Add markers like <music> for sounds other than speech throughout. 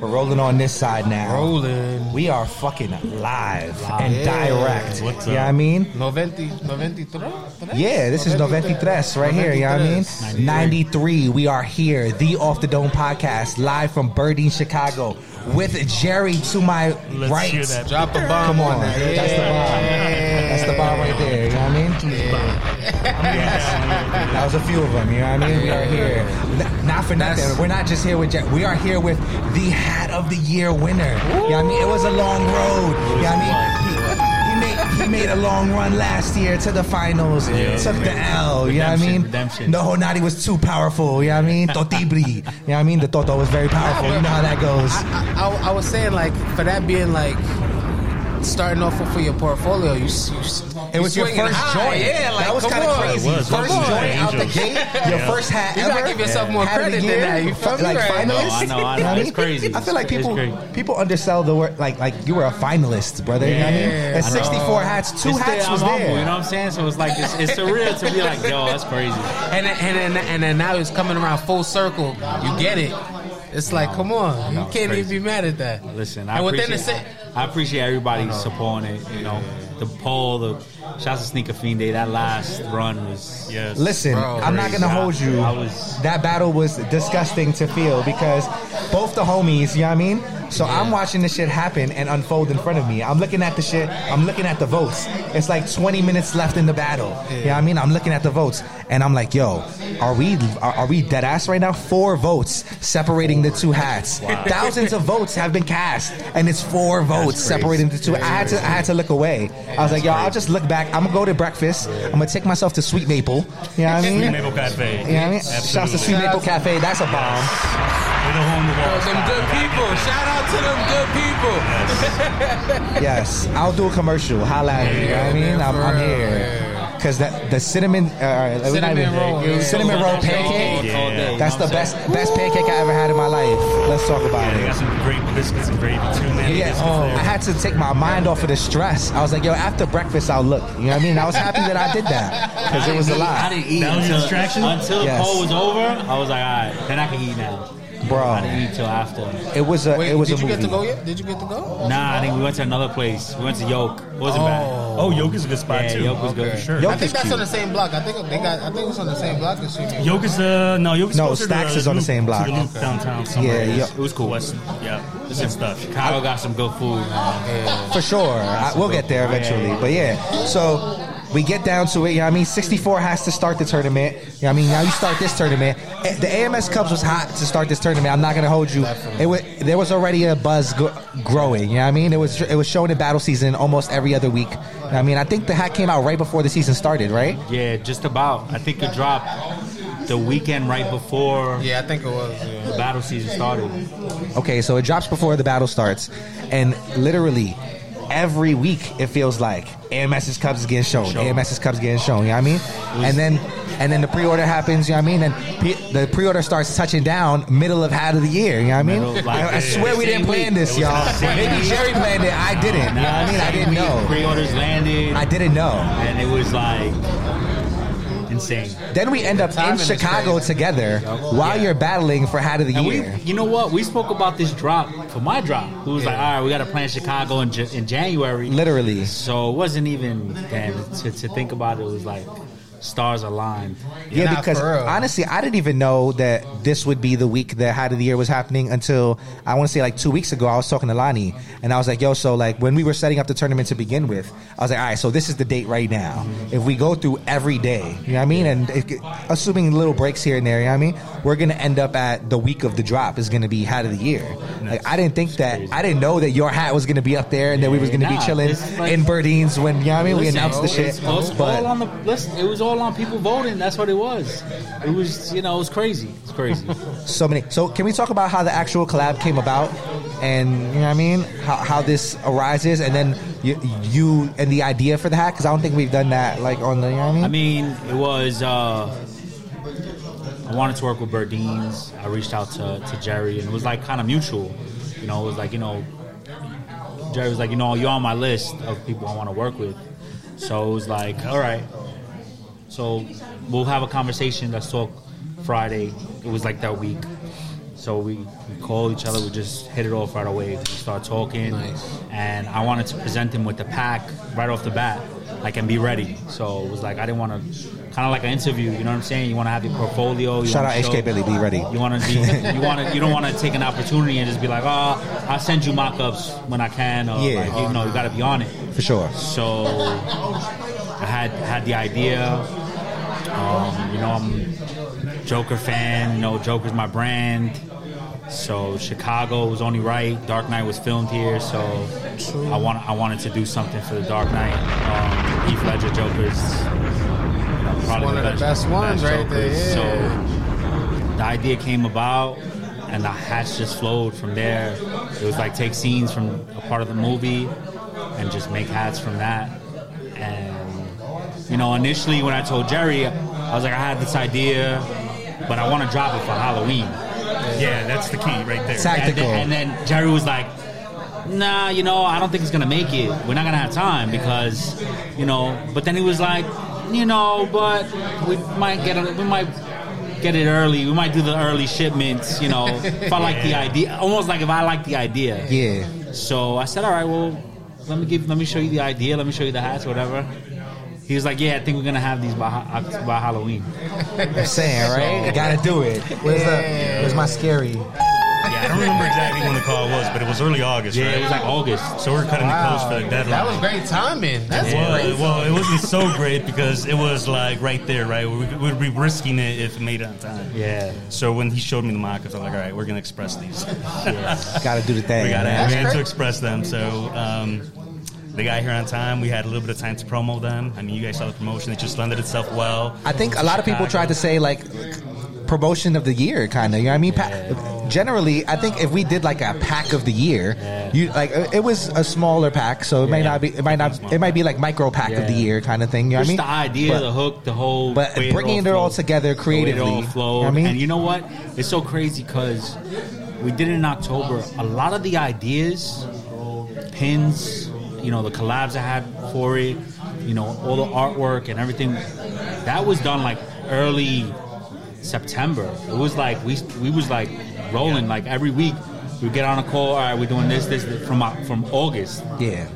We're rolling on this side now. Rolling. We are fucking live and Oh, Yeah. direct. What's you know what I up? mean? 90, 93? Yeah, this is 93 right here, you know what I mean? 93, we are here, the Off the Dome podcast, live from Birding, Chicago, with Jerry to my Let's right. hear that. Drop the bomb Come on on, that. that's the bomb. That's the bomb right there, you know what I mean? That was a few of them, you know what I mean? We are here. N- Not for nothing. We're not just here with Jack. We are here with the hat of the year winner. You know what I mean? It was a long road. You know what Uh, I mean? He- he made- He made a long run last year to the finals. Took the L. You know what I mean? Redemption, redemption. No, Nadi was too powerful. You know what I mean? Totibri. You know what I mean? The Toto was very powerful. You know how that goes. I, I, I was saying, like, for that being, like, starting off for your portfolio, you, s- you s- It you was your swinging first high. joint. Yeah, like, that was come kind of on. crazy. It was. First Come on. joint out the <laughs> Angels. gate, your Yeah. first hat You ever. gotta give yourself more Hat of the credit than year, that. You feel me? Like Right. finalist. No, I know, I know. mean? It's crazy. <laughs> I feel like It's people great. people undersell the word. Like like you were a finalist, brother. you know what I mean? Yeah. And I know. 64 hats, two It's hats still- was I'm humble, there. You know what I'm saying? So it's like it's, it's surreal to be like, yo, that's crazy. And, then- and, then- and then now it's coming around full circle. You get it. It's like, come on. no, you can't crazy. even be mad at that. Listen, I And appreciate, within the se- I appreciate everybody supporting it. You know, the poll, the shots to Sneaker Fiend Day. That last run was yes. Listen, Bro, I'm not crazy. gonna hold you. I was- that battle was disgusting to feel because both the homies, you know what I mean? So I'm watching this shit happen and unfold in front of me. I'm looking at the shit, I'm looking at the votes. It's like 20 minutes left in the battle. You know what I mean? I'm looking at the votes and I'm like, yo, are we are, are we dead ass right now? Four votes separating the two hats. Thousands of votes have been cast and it's four votes separating the two. I had to I had to look away. I was like, yo, I'll just look back. I'm gonna go to breakfast. I'm gonna take myself to Sweet Maple. You know what I mean? Sweet Maple Cafe. You know what I mean? Shouts to Absolutely. Sweet Maple Cafe. That's a bomb. They're the home of all Bro, them style. good people. Shout out to them good people. Yes, I'll do a commercial. Holla at me. You know what I mean? man, I'm, for I'm real, here. Because that the cinnamon, uh, we're Cinnamon not even- roll, yeah. cinnamon roll pancake. Yeah. All day, you That's know the what I'm best best pancake I ever had in my life. Let's talk about They it. got some great biscuits and gravy too, man. Yeah, oh, I had to take my mind off of the stress. I was like, yo, after breakfast, I'll look. You know what I mean? I was happy that I did that because it was a I lot, didn't eat That was your until, distraction? until Yes. the poll was over. I was like, all right, then I can eat now. I bro. didn't eat till after. It was a Wait, it was a did you get to go movie. yet? Did you get to go? Nah, I think we went to another place. We went to Yoke. It wasn't bad. Oh, Yoke is a good spot Yeah, too. Yoke was good for Okay. sure. I Yoke think is that's cute. on the same block. I think they got. I think it's on the same block as you. Yoke is uh no Yoke is No, closer Stacks to the is on the Loop- same block. to the Loop Okay. downtown somewhere. Yeah, It's- yeah. It was cool. West, yeah, it's good stuff. Chicago got some good food. Man. For sure. I, we'll get there eventually. But yeah, so we get down to it. You know what I mean? 64 has to start the tournament. You know what I mean? Now you start this tournament. Eh, The AMS Cups was hot to start this tournament. I'm not going to hold you. It was, there was already a buzz go- growing. You know what I mean? It was it was shown in battle season almost every other week. You know what I mean? I think the hat came out right before the season started, right? Yeah, just about. I think it dropped the weekend right before Yeah, I think it was. Yeah. the battle season started. Okay, so it drops before the battle starts, and literally every week it feels like AMS's Cubs is getting shown. AMS's Cubs getting shown. You know what I mean? And then and then the pre-order happens. You know what I mean? And pe- the pre-order starts touching down middle of hat of the year. You know what I mean? Middle, like, I, I swear we didn't same plan week. this, It was y'all. the same Maybe week. Jerry planned it. I didn't. You know what I mean? I didn't know. Pre-orders landed, I didn't know. and it was like insane. Then we end up timing in is Chicago crazy. together while Yeah. you're battling for hat of the And we, year. you know what? We spoke about this drop for my drop. Who was like, all right, we got to plan Chicago in, Ja- in January. Literally. So it wasn't even damn to, to think about. It was like stars aligned. Yeah, Nah, because for real. honestly, I didn't even know that this would be the week that Hat of the Year was happening until I want to say like two weeks ago. I was talking to Lonnie and I was like, "Yo, so like when we were setting up the tournament to begin with, I was like, all right, so this is the date right now. If we go through every day, you know what I mean, and it, assuming little breaks here and there, you know what I mean, we're gonna end up at the week of the drop is gonna be Hat of the Year. Like I didn't think that I didn't know that your hat was gonna be up there and that we was gonna Nah, be chilling this is like- in Birdines when you know what I mean we Listen, announced the it's- shit, It was all but. on the listen, It was all on people voting. That's what it was. It was you know it was crazy. It's crazy. so many. So can we talk about how the actual collab came about, and you know what I mean, how, how this arises, and then you, you and the idea for the hat? Because I don't think we've done that like on the. You know what I mean? I mean, it was. Uh, I wanted to work with Burdines. I reached out to, to Jerry, and it was like kind of mutual. You know, it was like you know, Jerry was like, you know, you're on my list of people I want to work with. So it was like, all right. So we'll have a conversation. Let's talk Friday. It was like that week. So we, we call each other. We just hit it off right away. We start talking, Nice. and I wanted to present him with the pack right off the bat, like and be ready. So it was like I didn't want to, kind of like an interview. You know what I'm saying? You want to have your portfolio. You Shout wanna out show- HK Billy, be ready. You want to be, you want to, you don't want to take an opportunity and just be like, oh, I'll send you mock-ups when I can. Or Yeah. like, you know, you got to be on it. For sure. So I had had the idea. Um, you know, I'm a Joker fan. You know, Joker's my brand. So Chicago was only right. Dark Knight was filmed here, so I want I wanted to do something for the Dark Knight. Um, Heath Ledger Joker's you know, probably one of the best ones right there, Jokers. yeah. So the idea came about and the hatch just flowed from there. It was like take scenes from a part of the movie and just make hats from that. And you know, initially when I told Jerry, I was like, I had this idea, but I want to drop it for Halloween. Yeah, that's the key right there. Sac- And Tactical. then, and then Jerry was like, Nah, you know, I don't think it's gonna make it. We're not gonna have time because, you know. But then he was like, you know, but we might get a, we might get it early. We might do the early shipments. You know, if I like the idea, almost like if I like the idea. Yeah. So I said, all right, well, let me give, let me show you the idea. Let me show you the hats, whatever. He was like, yeah, I think we're gonna have these by, Ha- by Halloween. I'm saying, <laughs> right? You gotta do it. Where's, the, where's my scary? Yeah, I don't remember exactly when the call was, but it was early August, Yeah, right? it was like August. so we're cutting Wow. it close for the deadline. That was great timing. That's Well, great. well, it wasn't so great because it was like right there, right? We would be risking it if it made it on time. Yeah. So when he showed me the mock-ups, I'm like, all right, we're gonna express these. <laughs> Gotta do the thing. We gotta man. have we had great. to express them. So um, they got here on time. We had a little bit of time to promo them. I mean, you guys saw the promotion; it just lended itself well. Uh, I think a lot of people try to say like promotion of the year, kind of. You know what I mean? Pa- Generally, I think if we did like a pack of the year, you like uh, it was a smaller pack, so it might not be, it might not, it might be like micro pack of the Yeah. year kind of thing. You know what I Just the mean? idea, But- the hook, the whole. but way bringing it all flowed. together The way it creatively, all you know flowed. what I mean? And you know what? It's so crazy because we did it in October. A lot of the ideas, pins, you know, the collabs I had for it, you know, all the artwork and everything, that was done like early September. It was like we we was like rolling like every week. We get on a call. All right, we're doing this, this, this from Oc- from August yeah,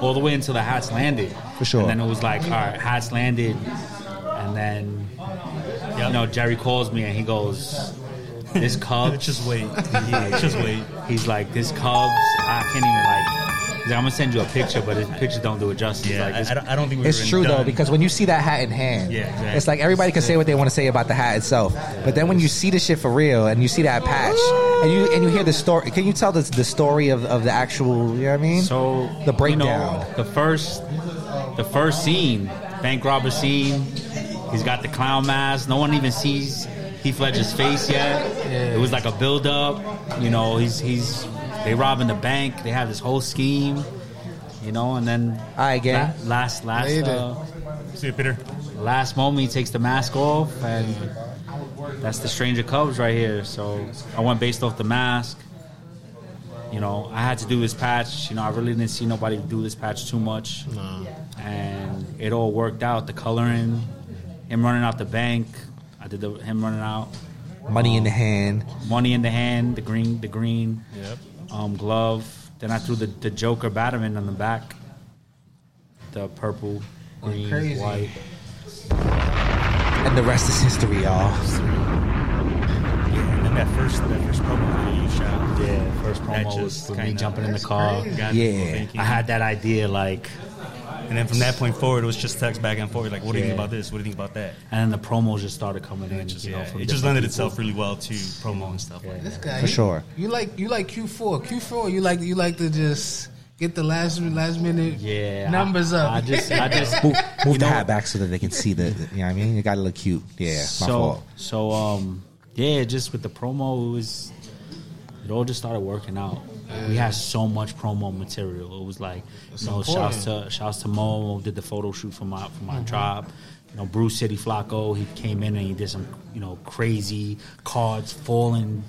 all the way until the hats landed. For sure. And then it was like, all right, hats landed, and then you know Jerry calls me and he goes, "This <laughs> Cubs." Just wait, yeah, <laughs> just wait. He's like, "This Cubs." I can't even like. He's like, I'm gonna send you a picture, but his picture don't do it justice. Yeah, like, I- this- I, don't, I don't think we were It's even true though done. because when you see that hat in hand, Yeah, exactly. it's like everybody can say what they want to say about the hat itself, but then when you see the shit for real and you see that patch and you and you hear the story, can you tell the, the story of, of the actual? You know what I mean? So the breakdown. You know, the first, the first scene, bank robber scene. He's got the clown mask. No one even sees Heath Ledger's face yet. It was like a build up. You know, he's he's they robbing the bank. They have this whole scheme. You know, and then Alright, gang. la- last last Later. uh, See you, Peter. last moment he takes the mask off and that's the stranger cubs right here so i went based off the mask you know i had to do this patch you know i really didn't see nobody do this patch too much and it all worked out the coloring him running out the bank i did the, him running out Um, money in the hand. money in the hand the green the green Yep. um, glove then i threw the, the joker batman on the back the purple green Crazy. white And the rest is history, y'all. Yeah, and then that first, that first promo video you shot. Yeah, first promo That was just with me kinda- jumping in the car. God, Yeah. thank you. I had that idea, like, and then from that point forward, it was just text back and forth. Like, what do you think Yeah. about this? What do you think about that? and then the promos just started coming in. Just, you know, yeah, from it just different lended people. itself really well to promo and stuff. like that. This guy, For you- sure. You like you like Q four. Q four. You like you like to just get the last last minute Yeah, I- numbers up. I just, <laughs> I just, Move, move the know- hat back so that they can see the. You know what I mean? You gotta look cute. Yeah, my so, fault. so, um, yeah, just with the promo, it was, it all just started working out. We had so much promo material. It was like, you know, shouts to shouts to Mo did the photo shoot for my for my tribe. You know, Bruce City Flacco, he came in and he did some, you know, crazy cards falling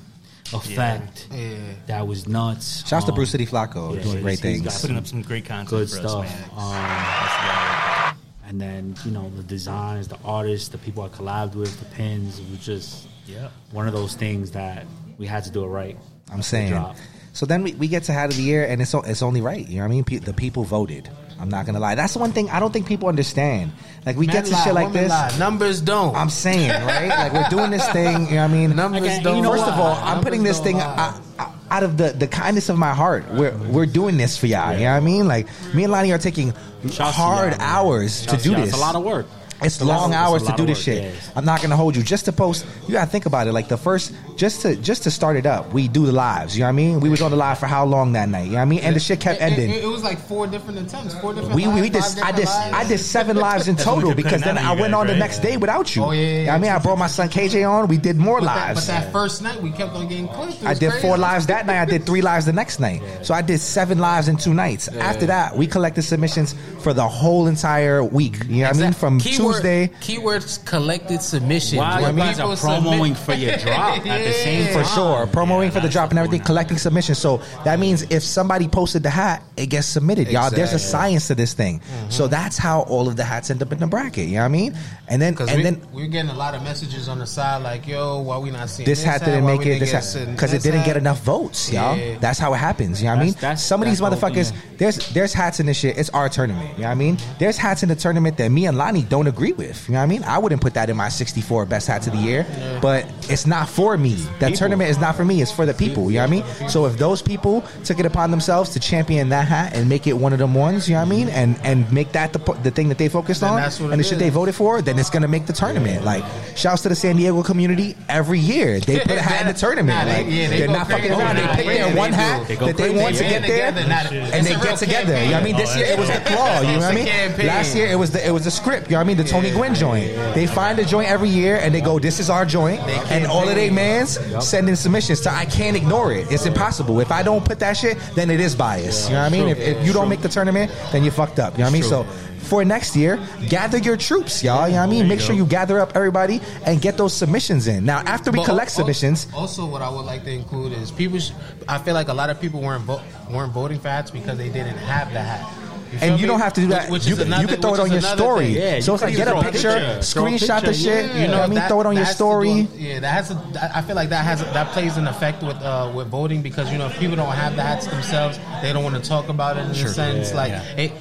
effect. Yeah. That was nuts. Shouts to Um, Bruce City Flacco yeah, doing great he's- he's got things. Putting up some great content Good for stuff. us, man. Um, That's the- and then you know the designs, the artists, the people I collabed with, the pins. It was just Yeah. one of those things that we had to do it right. I'm saying. drop. So then we, we get to hat of the year, and it's o- it's only right. You know what I mean? Pe- the people voted. I'm not gonna lie. That's the one thing I don't think people understand. Like we get to lie, shit like woman this. lie. Numbers don't. I'm saying, right? Like we're <laughs> doing this thing. You know what I mean? Numbers Okay, don't. you know First what? of all, Numbers I'm putting this don't thing lie. uh, uh, out of the, the kindness of my heart. We're we're doing this for y'all. You know what I mean? Like me and Lonnie are taking Shouts to hard y'all, man. hours Shouts to do y'all. this. It's a lot of work. It's a lot long of- hours a to lot do of this work, shit. yeah. I'm not gonna hold you. Just to post, you gotta think about it. Like the first, just to just to start it up, we do the lives. You know what I mean? We was on the live for how long that night? You know what I mean? And the shit kept It- it- ending. It, was like four different attempts. Four different. we, we, lives, we did five I did different I lives. did seven lives in what we total did because putting then out on I you went guys, on the right? next day without you. Oh, yeah, yeah, You know what I mean, I brought my son KJ on. We did more But that, but lives. that first night we kept on getting clipped. It I was did crazy. four lives that night. I did three lives the next night. So I did seven lives in two nights. After that, we collected submissions for the whole entire week. You know what I mean? Exact- From Keyword- Tuesday. Keywords collected submissions. Wow, When you guys people are promoting <laughs> for your drop at the same Yeah. For time. sure, promoting Yeah, for the that's drop and what's everything, going on. collecting submissions. So that means if somebody posted the hat, it gets submitted, y'all. There's a Exactly. Mm-hmm. science to this thing. So that's how all of the hats end up in the bracket. You know what I mean? And then, Because and we, then we're getting a lot of messages on the side like, "Yo, why we not seeing this hat didn't Why make we it. This get hat certain- because it this didn't get hat?" enough votes, y'all. Yeah. That's how it happens. You know what I mean? That's- that's- Some of these that's the whole motherfuckers. thing, yeah. There's there's hats in this shit. It's our tournament. You know what I mean? There's hats in the tournament that me and Lonnie don't agree with. You know what I mean? I wouldn't put that in my 64 best hats of the year, but it's not for me. That tournament is not for me. It's for the people. You know what I mean? So if those people took it upon themselves to champion that hat and make it one of them ones, you know what I mean? And and make that the, po- the thing that they focused Then on that's what and the it shit is. they voted for, then it's gonna make the tournament. Like, shouts to the San Diego community every year. They put a hat in the tournament. Nah, they- like, yeah, they they are go not crazy. fucking around. They Nah, pick their yeah, one they hat do. They go that they crazy. want to They get band there. together, not- it's And a they real get together. You know what I mean? campaign. This Oh, year it was the that's claw. You know what I It's a mean? campaign. Last year it was the it was the script. You know what I mean? The Tony Gwynn joint. They find a joint every year and they go, "This is our joint." And all of they mans send in submissions. So I can't ignore it. It's impossible. If I don't put that shit, then it is bias. You know what I mean? If, if you don't make the tournament, then you fucked up. You know what I mean? So for next year, gather your troops, y'all. You know what I mean? Make sure you gather up everybody and get those submissions in. Now, after we But oh, collect al- submissions, Also, what I would like to include is people. Sh- I feel like a lot of people weren't vo- weren't voting for hats because they didn't have the hat. feel and you me? don't have to do that. Which, which you, is can, another, you can throw which it on is your another story. thing. Yeah, you so it's can like even get a throw a picture, picture. screenshot Throw a the shit. picture, You know what I mean? that- throw it on your that has to do- story. yeah, that has. A, that- I feel like that has that plays an effect with uh, with voting because you know if people don't have the hats themselves, they don't want to talk about it in a sense. like it,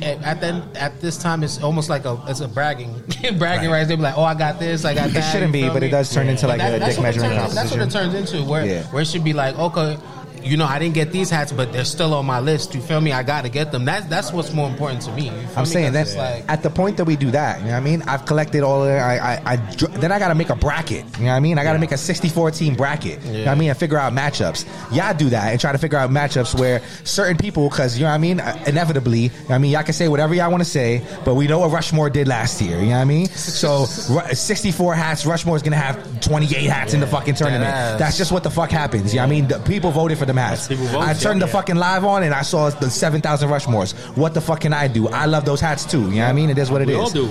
it- at the, end- at this time, it's almost like a it's a bragging <laughs> bragging right. They be like, oh, I got this, I got It that. shouldn't you be, feel but it me? does turn into like That- a that's dick what it measuring turns- That's what competition. it turns into. Where Yeah. where it should be like, okay, you know, I didn't get these hats, but they're still on my list. You feel me? I got to get them. That's that's what's more important to me. You feel me? I'm 'Cause saying that it's like at the point that we do that, you know what I mean? I've collected all of it. I, I, I, dr- then I got to make a bracket. You know what I mean? I got to make a 64 team bracket. You know what I mean? And figure out matchups. Y'all do that and try to figure out matchups where certain people, because, you know what I mean? Uh, Inevitably, you know what I mean? Y'all can say whatever y'all want to say, but we know what Rushmore did last year. You know what I mean? So Ru- 64 hats, Rushmore's going to have 28 hats in the fucking tournament. Deadass. That's just what the fuck happens. You know what I mean? The people voted for them hats. people voted, I turned the yeah. fucking fucking live on and I saw the 7,000 Rushmores. What the fuck can I do? I love those hats too. You know what I mean? It is what it We is. all do.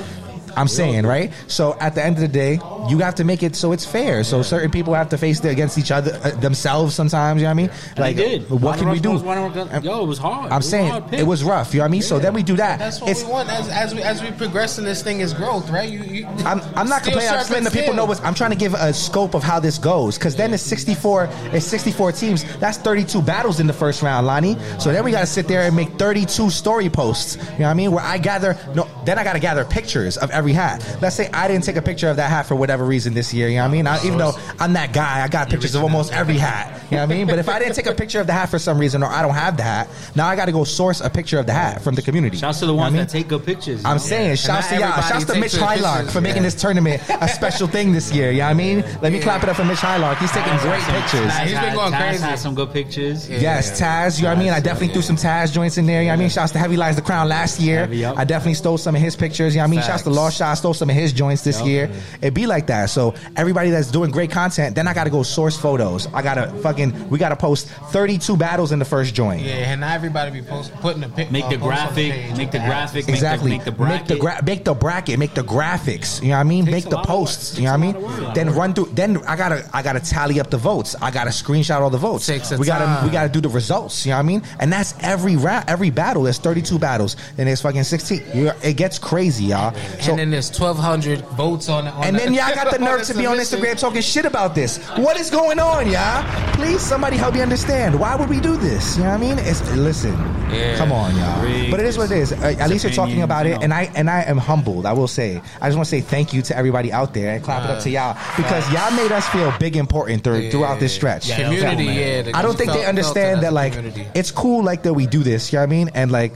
I'm saying, right? So at the end of the day, you have to make it so it's fair. So certain people have to face the, against each other uh, themselves sometimes, you know what I mean? They did. what Ronald can we do? Rushmore's one of- Yo, it was hard. It I'm was a saying hard pick. it was rough, you know what I mean? So then we do that. That's what It's- we want as, as we as we progress in this thing is growth, right? You, you I'm, I'm not Steel complaining. I'm just letting sharpens the people steel. know what's. I'm trying to give a scope of how this goes because then it's 64. It's 64 teams. That's 32 battles in the first round, Lonnie. So then we got to sit there and make 32 story posts. You know what I mean? Where I gather. No, then I got to gather pictures of every hat. Let's say I didn't take a picture of that hat for whatever reason this year. You know what I mean? I, even though I'm that guy, I got pictures of almost every hat. You know what I mean? But if I didn't take a picture of the hat for some reason or I don't have the hat, now I got to go source a picture of the hat from the community. Shouts to the You know what I ones mean? that take good pictures. you I'm know? saying, shouts to not y'all. everybody Shouts to takes Mitch their Hylark pictures, for making yeah. this tournament a special thing this year. You know what I mean? Let me clap it up for Mitch Hylark. He's taking great pictures. Nah, he's been Taz going had- Taz crazy. Had some good picters. Yes, Taz, you know what I mean? I definitely threw some Taz joints in there, you know what I mean? Shouts to Heavy Lies the Crown last year. Heavy, yup. I definitely stole some of his pictures, you know what I mean? Shouts to Facts. Lost Shot, I stole some of his joints this year. It be like that. So everybody that's doing great content, then I gotta go source photos. I gotta fucking, we gotta post 32 battles in the first joint. yeah, and not everybody be post, putting a pic. Make uh, the post on graphic. page Make the with graphic. make the- Exactly. Make the bracket. gra- make the bracket. Make the graphics. You know what I mean? Takes make a the lot of work. posts. Takes You know what I a mean? lot of work. Then run through. Then I gotta I gotta tally up the votes. I gotta screenshot all the votes. Takes a we gotta time. we gotta do the results. You know what I mean? And that's every round, every battle. There's 32 battles, and there's fucking 16. You're, it gets crazy, y'all. So and then there's 1,200 votes on it. on And the- then y'all <laughs> got the on nerve to be on submission. Instagram talking shit about this. What is going on, y'all? Please, somebody help me understand. Why would we do this? You know what I mean? It's listen. Yeah. Come on, y'all. But it is what it is. Uh, at least you're talking about it, and I and I am humbled. I will say. I just want to say thank you to everybody out there and clap it up to y'all because y'all made us feel big, important through, throughout this stretch. Yeah, community, That- yeah, the- I don't you think felt- felt they it understand as that a like community. it's cool like that we do this, you know what I mean? And like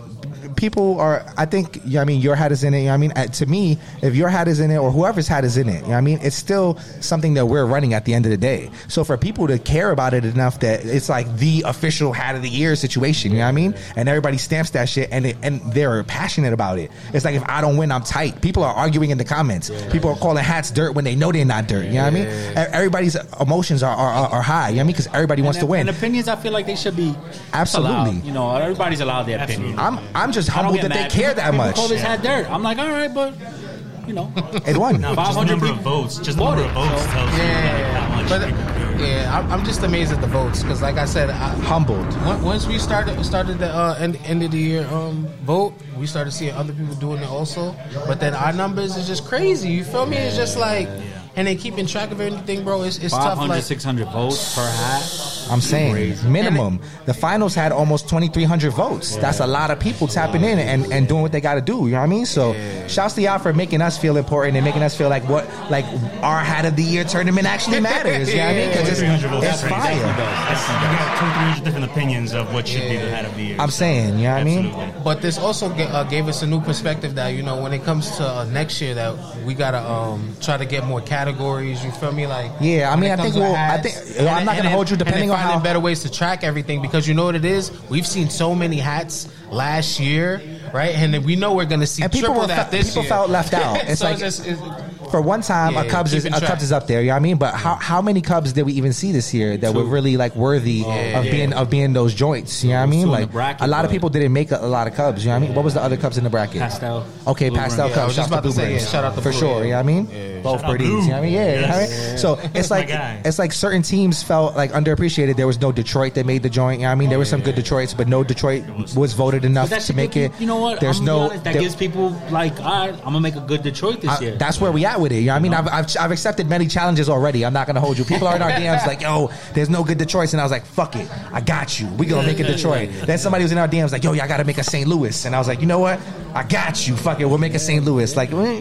people are I think you know what I mean your hat is in it, you know what I mean? Uh, to me, if your hat is in it or whoever's hat is in it, you know what I mean? It's still something that we're running at the end of the day. So for people to care about it enough that it's like the official hat of the year situation, you know what I mean? And everybody stamps that shit and it, and they're passionate about it. It's like if I don't win, I'm tight. People are arguing in the comments. People are calling hats dirt when they know they're not dirt, you know what I mean? E- Everybody's emotions are are, are- are high, you know what I mean? Cuz everybody wants to And- win. And opinions, I feel like they should be Absolutely. allowed. You know, everybody's allowed their opinion. I'm I'm just I don't humbled get that they mad. care that People much. Call this hat dirt. I'm like, all right, but you know, It won. No, just the 500 number of people votes. Just the number of voted, votes so- tells you like, how Yeah, much but people care. yeah, I'm- I'm just amazed at the votes because, like I said, I, Humbled. on- once we started started the uh, end, end of the year um, vote, we started seeing other people doing it also. But then our numbers is just crazy. You feel me? It's just like, and they keeping track of everything, bro. It's, it's tough. 500, Like, 600 votes per hat. I'm saying minimum. The finals had almost 2,300 votes. That's a lot of people tapping in and, and doing what they got to do. You know what I mean? So, shouts to y'all for making us feel important and making us feel like what like our hat of the year tournament actually matters. You know what I <laughs> mean? 'Cause it's, 300 votes. it's That's right. fire. That's, you got two, three hundred different opinions of what should be the hat of the year. I'm saying, you know what I mean? Absolutely. But this also ga- uh, gave us a new perspective that you know when it comes to uh, next year that we gotta um, try to get more categories. You feel me? Like Yeah, I when mean, it I comes think to we'll- I hats, think- you know, I'm not gonna hold you and depending then on finding how- better ways to track everything because you know what it is. We've seen so many hats last year, right? And then we know we're gonna see And people triple were that fe- this people year. felt left out. <laughs> It's so like- just, it's, For one time, Yeah, a Cubs is a keeping track. Cubs is up there. You know what I mean? But how, how many Cubs did we even see this year that were really like worthy of being of being those joints? You know what I Two mean? in the Like bracket, a lot of but- people didn't make a, a lot of Cubs. You know what I mean? What was the other Cubs in the bracket? Pastel. Okay, Blue pastel Rays. Yeah, I Cubs. was Shout just out to about to Blue say, yeah, Rays. shout out to for Blue, sure. yeah. You know what I mean? Both Shout out birdies. You know Blue. what I mean? Yeah. you know what I Yes. mean? So it's like guy. it's like certain teams felt like underappreciated. There was no Detroit that made the joint. You know what I mean? There were some good Detroits, but no Detroit was voted enough But that to should make give it. you- You know what? There's I'm gonna be no. honest, that there- gives people like, all right, I'm gonna make a good Detroit this I- year. that's where we at with it. You know what I mean? I've, I've, I've accepted many challenges already. I'm not going to hold you. People are <laughs> in our DMs like, yo, there's no good Detroit. And I was like, fuck it. I got you. we going to make it Detroit. Then somebody was in our DMs like, yo, y'all got to make a St. Louis. And I was like, you know what? I got you. Fuck it. We'll make a St. Louis. Like, eh,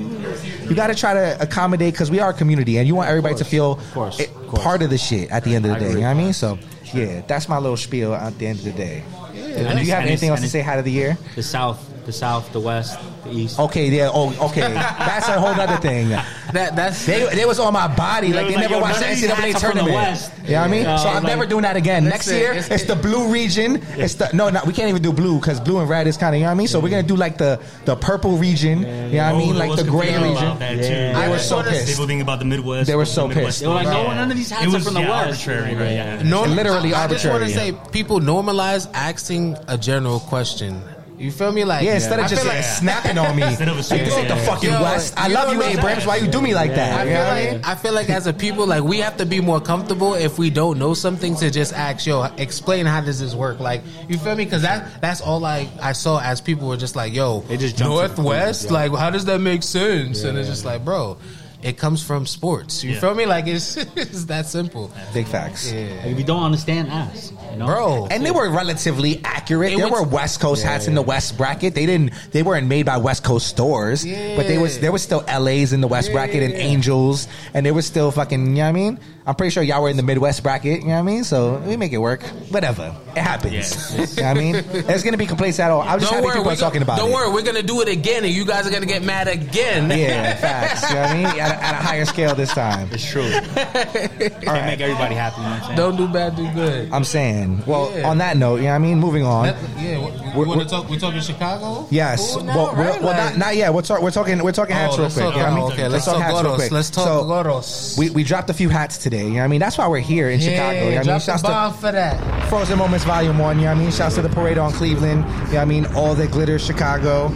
you got to try to accommodate because we are a community and you want everybody to feel course, eh, of course. part of the shit at the end of the I day. You agree. know what I mean? So, yeah, that's my little spiel at the end of the day. Do you have And it's- anything else and to it's- say? Hat of the year? the South, the South, the West, the East. Okay, yeah. Oh, <laughs> okay. That's a whole other thing. that that's They, they was on my body like was they like, never yo, watched the none of these NCAA hats are from the tournament. West. You know what I mean? Yeah. so Yeah, I'm like- never doing that again. That's Next it. year, it's, It's- the blue region. It's the no, no, we can't even do blue because blue and red is kind of you know what I mean. So we're gonna do like the the purple region. You know what I Oh, mean? there Like was the gray confusion region. about that, too. They I were just so wanna- pissed. People think about the Midwest. They were what so the Midwest pissed. They were like, was. no, none of these hats it are was from the yeah, West. arbitrary, right? Yeah. No, literally I, I arbitrary. just want to say people normalize asking a general question. You feel me? Like Yeah, instead I of just feel like like- <laughs> snapping on me, like Instead of this assuming, ain't the yeah. fucking Yo, West. I you love know you, what I'm Abrams. saying? Why you do me like that? I You know feel what I mean? like I feel like as a people, like we have to be more comfortable if we don't know something to just ask. Yo, explain how does this work? Like you feel me? Because that that's all like I saw as people were just like, yo, They just jumped to <laughs> the northwest. conclusion, Like how does that make sense? And it's just like, bro, it comes from sports. You Yeah. feel me? Like it's, <laughs> it's that simple, Big facts. Like, if you don't understand, ask. You know? bro. And they were relatively accurate. It there was- were West Coast hats in the West bracket. They didn't. They weren't made by West Coast stores, but they was Yeah. there was still LA's in the West bracket and Angels, and there was still fucking. You know what I mean? I'm pretty sure y'all were in the Midwest bracket. You know what I mean? So we make it work. Whatever, it <laughs> happens. you know what I mean? It's gonna be complaints at all. I'm just happy people we're are talking about Don't it. worry, we're gonna do it again, and you guys are gonna get mad again. <laughs> Yeah, facts. You know what I mean? At a, at a higher scale this time. It's true. Can't make everybody happy. You know what I'm saying? Don't do bad, do good. I'm saying. Well, Yeah. on that note, you know what I mean? Moving on. That- yeah, we- we, We're- want we're- to talk. We talking Chicago? Yes. Food now, well, we're- right? well, Like- not, not yet. We're, talk, we're talking. We're talking Oh, hats real let's quick. talk- you know what I mean? oh, okay, let's talk hats real Goros. quick. Let's talk so Goros. We, we dropped a few hats today. You know what I mean? That's why we're here in Chicago. You know what I mean? drop the Shouts to bomb for that. Frozen Moments Volume One. You know what I mean? Shouts to the parade on Cleveland. You know what I mean? All that glitters, Chicago.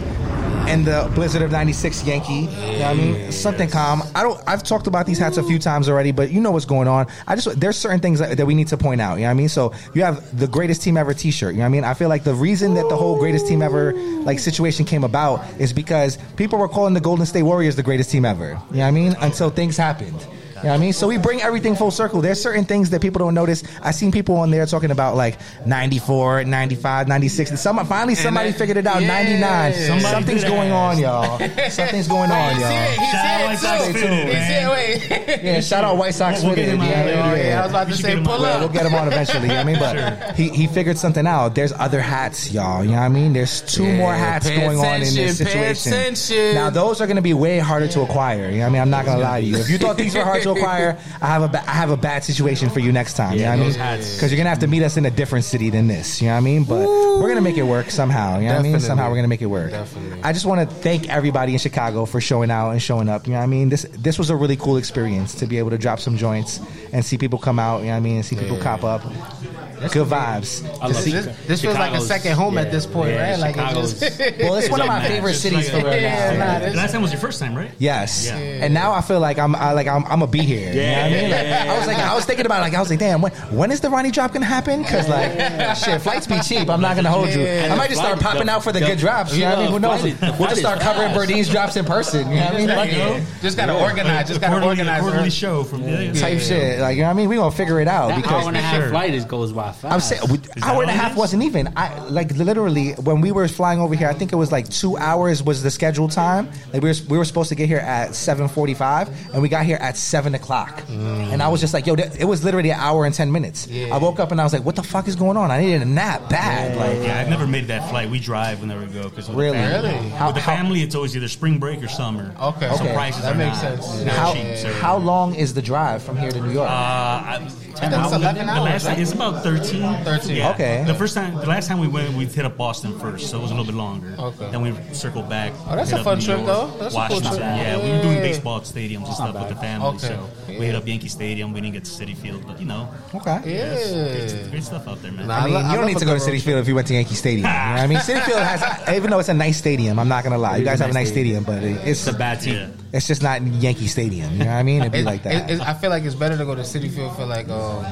and the Blizzard of '96 Yankee. You know what I mean? Something calm. I don't. I've talked about these hats a few times already, but you know what's going on. I just there's certain things that, that we need to point out. You know what I mean? So you have the greatest team ever T-shirt. You know what I mean? I feel like the reason that the whole greatest team ever like situation came about is because people were calling the Golden State Warriors the greatest team ever. You know what I mean? Until things happened. You know what I mean? So we bring everything full circle. There's certain things that people don't notice. I seen people on there talking about like 94, 95, 96. And some, finally, somebody that- figured it out. yeah. 99. Somebody Something's did going that. on, y'all. Something's <laughs> going on, y'all. Shout out White Sox Fitted, man. wait. <laughs> Yeah, shout out White Sox We'll- we'll get him Fitted. out Yeah, later. yeah, Yeah, I yeah. was about We to should say, get him pull out. Yeah, we'll up. get him on eventually. You know what I <laughs> mean, but he, he figured something out. There's other hats, y'all. You know what I mean? There's two Yeah, more hats pay going on in this attention, pay situation. attention. Now those are going to be way harder to acquire. You know what I mean? I'm not going to lie to you. If you thought these <laughs> were hard to acquire, I have a ba- I have a bad situation for you next time. Yeah, you know those what I mean? hats. Because you're going to have to meet us in a different city than this. You know what I mean? But we're going to make it work somehow. You know what I mean? Definitely. Somehow we're going to make it work. Definitely. I just want to thank everybody in Chicago for showing out and showing up. You know what I mean? This this was a really cool experience to be able to drop some joints and see people come out. You know what I mean? And see people cop up. Good vibes. I To love see- it. This, this feels like a Chicago's- second home yeah, at this point, yeah, right? Like it Chicago's- just- <laughs> <laughs> Well, it's one of like my that. favorite Just cities like for real Yeah, now. nah, this- Last time was your first time, right? Yes. Yeah. And now I feel like I'm I, like I'm, I'm gonna be here. Yeah, You know what I mean? yeah, Like, yeah, I was like I was thinking about it, like I was like, damn, when when is the Ronnie drop gonna happen? Because like shit, flights be cheap. I'm not gonna hold you. Yeah. I might just start Flight- popping the- out for the the- good drops. You know what I mean? Who yeah, knows? flight is- the We'll flight just is start covering fast. Berdine's drops in person. You know what I mean? Like, Yeah. Just gotta organize. Just gotta Quarterly- organize. Quarterly early. show from yeah, yeah. Type shit. Like you know what I mean? We gonna figure it out That because hour and a half Sure. flight is goes by fast. I'm saying we- that hour and a all it half is? wasn't even. I like literally when we were flying over here. I think it was like two hours was the scheduled time. Like we were we were supposed to get here at seven forty five, and we got here at seven o'clock. Mm. And I was just like, yo, that, it was literally an hour and ten minutes. I woke up and I was like, what the fuck is going on? I needed a nap bad. Like Yeah, I've never made that flight. We drive whenever we go because Really? family, Really? How- with the how- family, it's always either spring break or summer. Okay. so Okay. prices That are makes not- sense. not how cheap, so- how long is the drive from here to New York? Uh, I, it's 11 the hours, last right? time, it's about 13. 13. Yeah. Okay. The first time, the last time we went, we hit up Boston first, so it was a little bit longer. Okay. Then we circled back. Oh, that's hit a up fun New trip, York, though. That's a cool Washington. trip. Yeah, we were doing Yeah. baseball at stadiums and stuff with the family, Okay. so we hit up Yankee Stadium. We didn't get to City Field, but you know, okay. it's Yeah. great stuff out there, man. Nah, I mean, lo- you don't love need a to go to good City road Field if you went to Yankee Stadium. You know what I mean, City Field has, even though it's a nice stadium, I'm not gonna lie. You guys have a nice stadium, but it- it's it's a bad team. Yeah. It's just not Yankee Stadium. You know what I mean? It'd be It- like that. it- it- I feel like it's better to go to City Field for like um,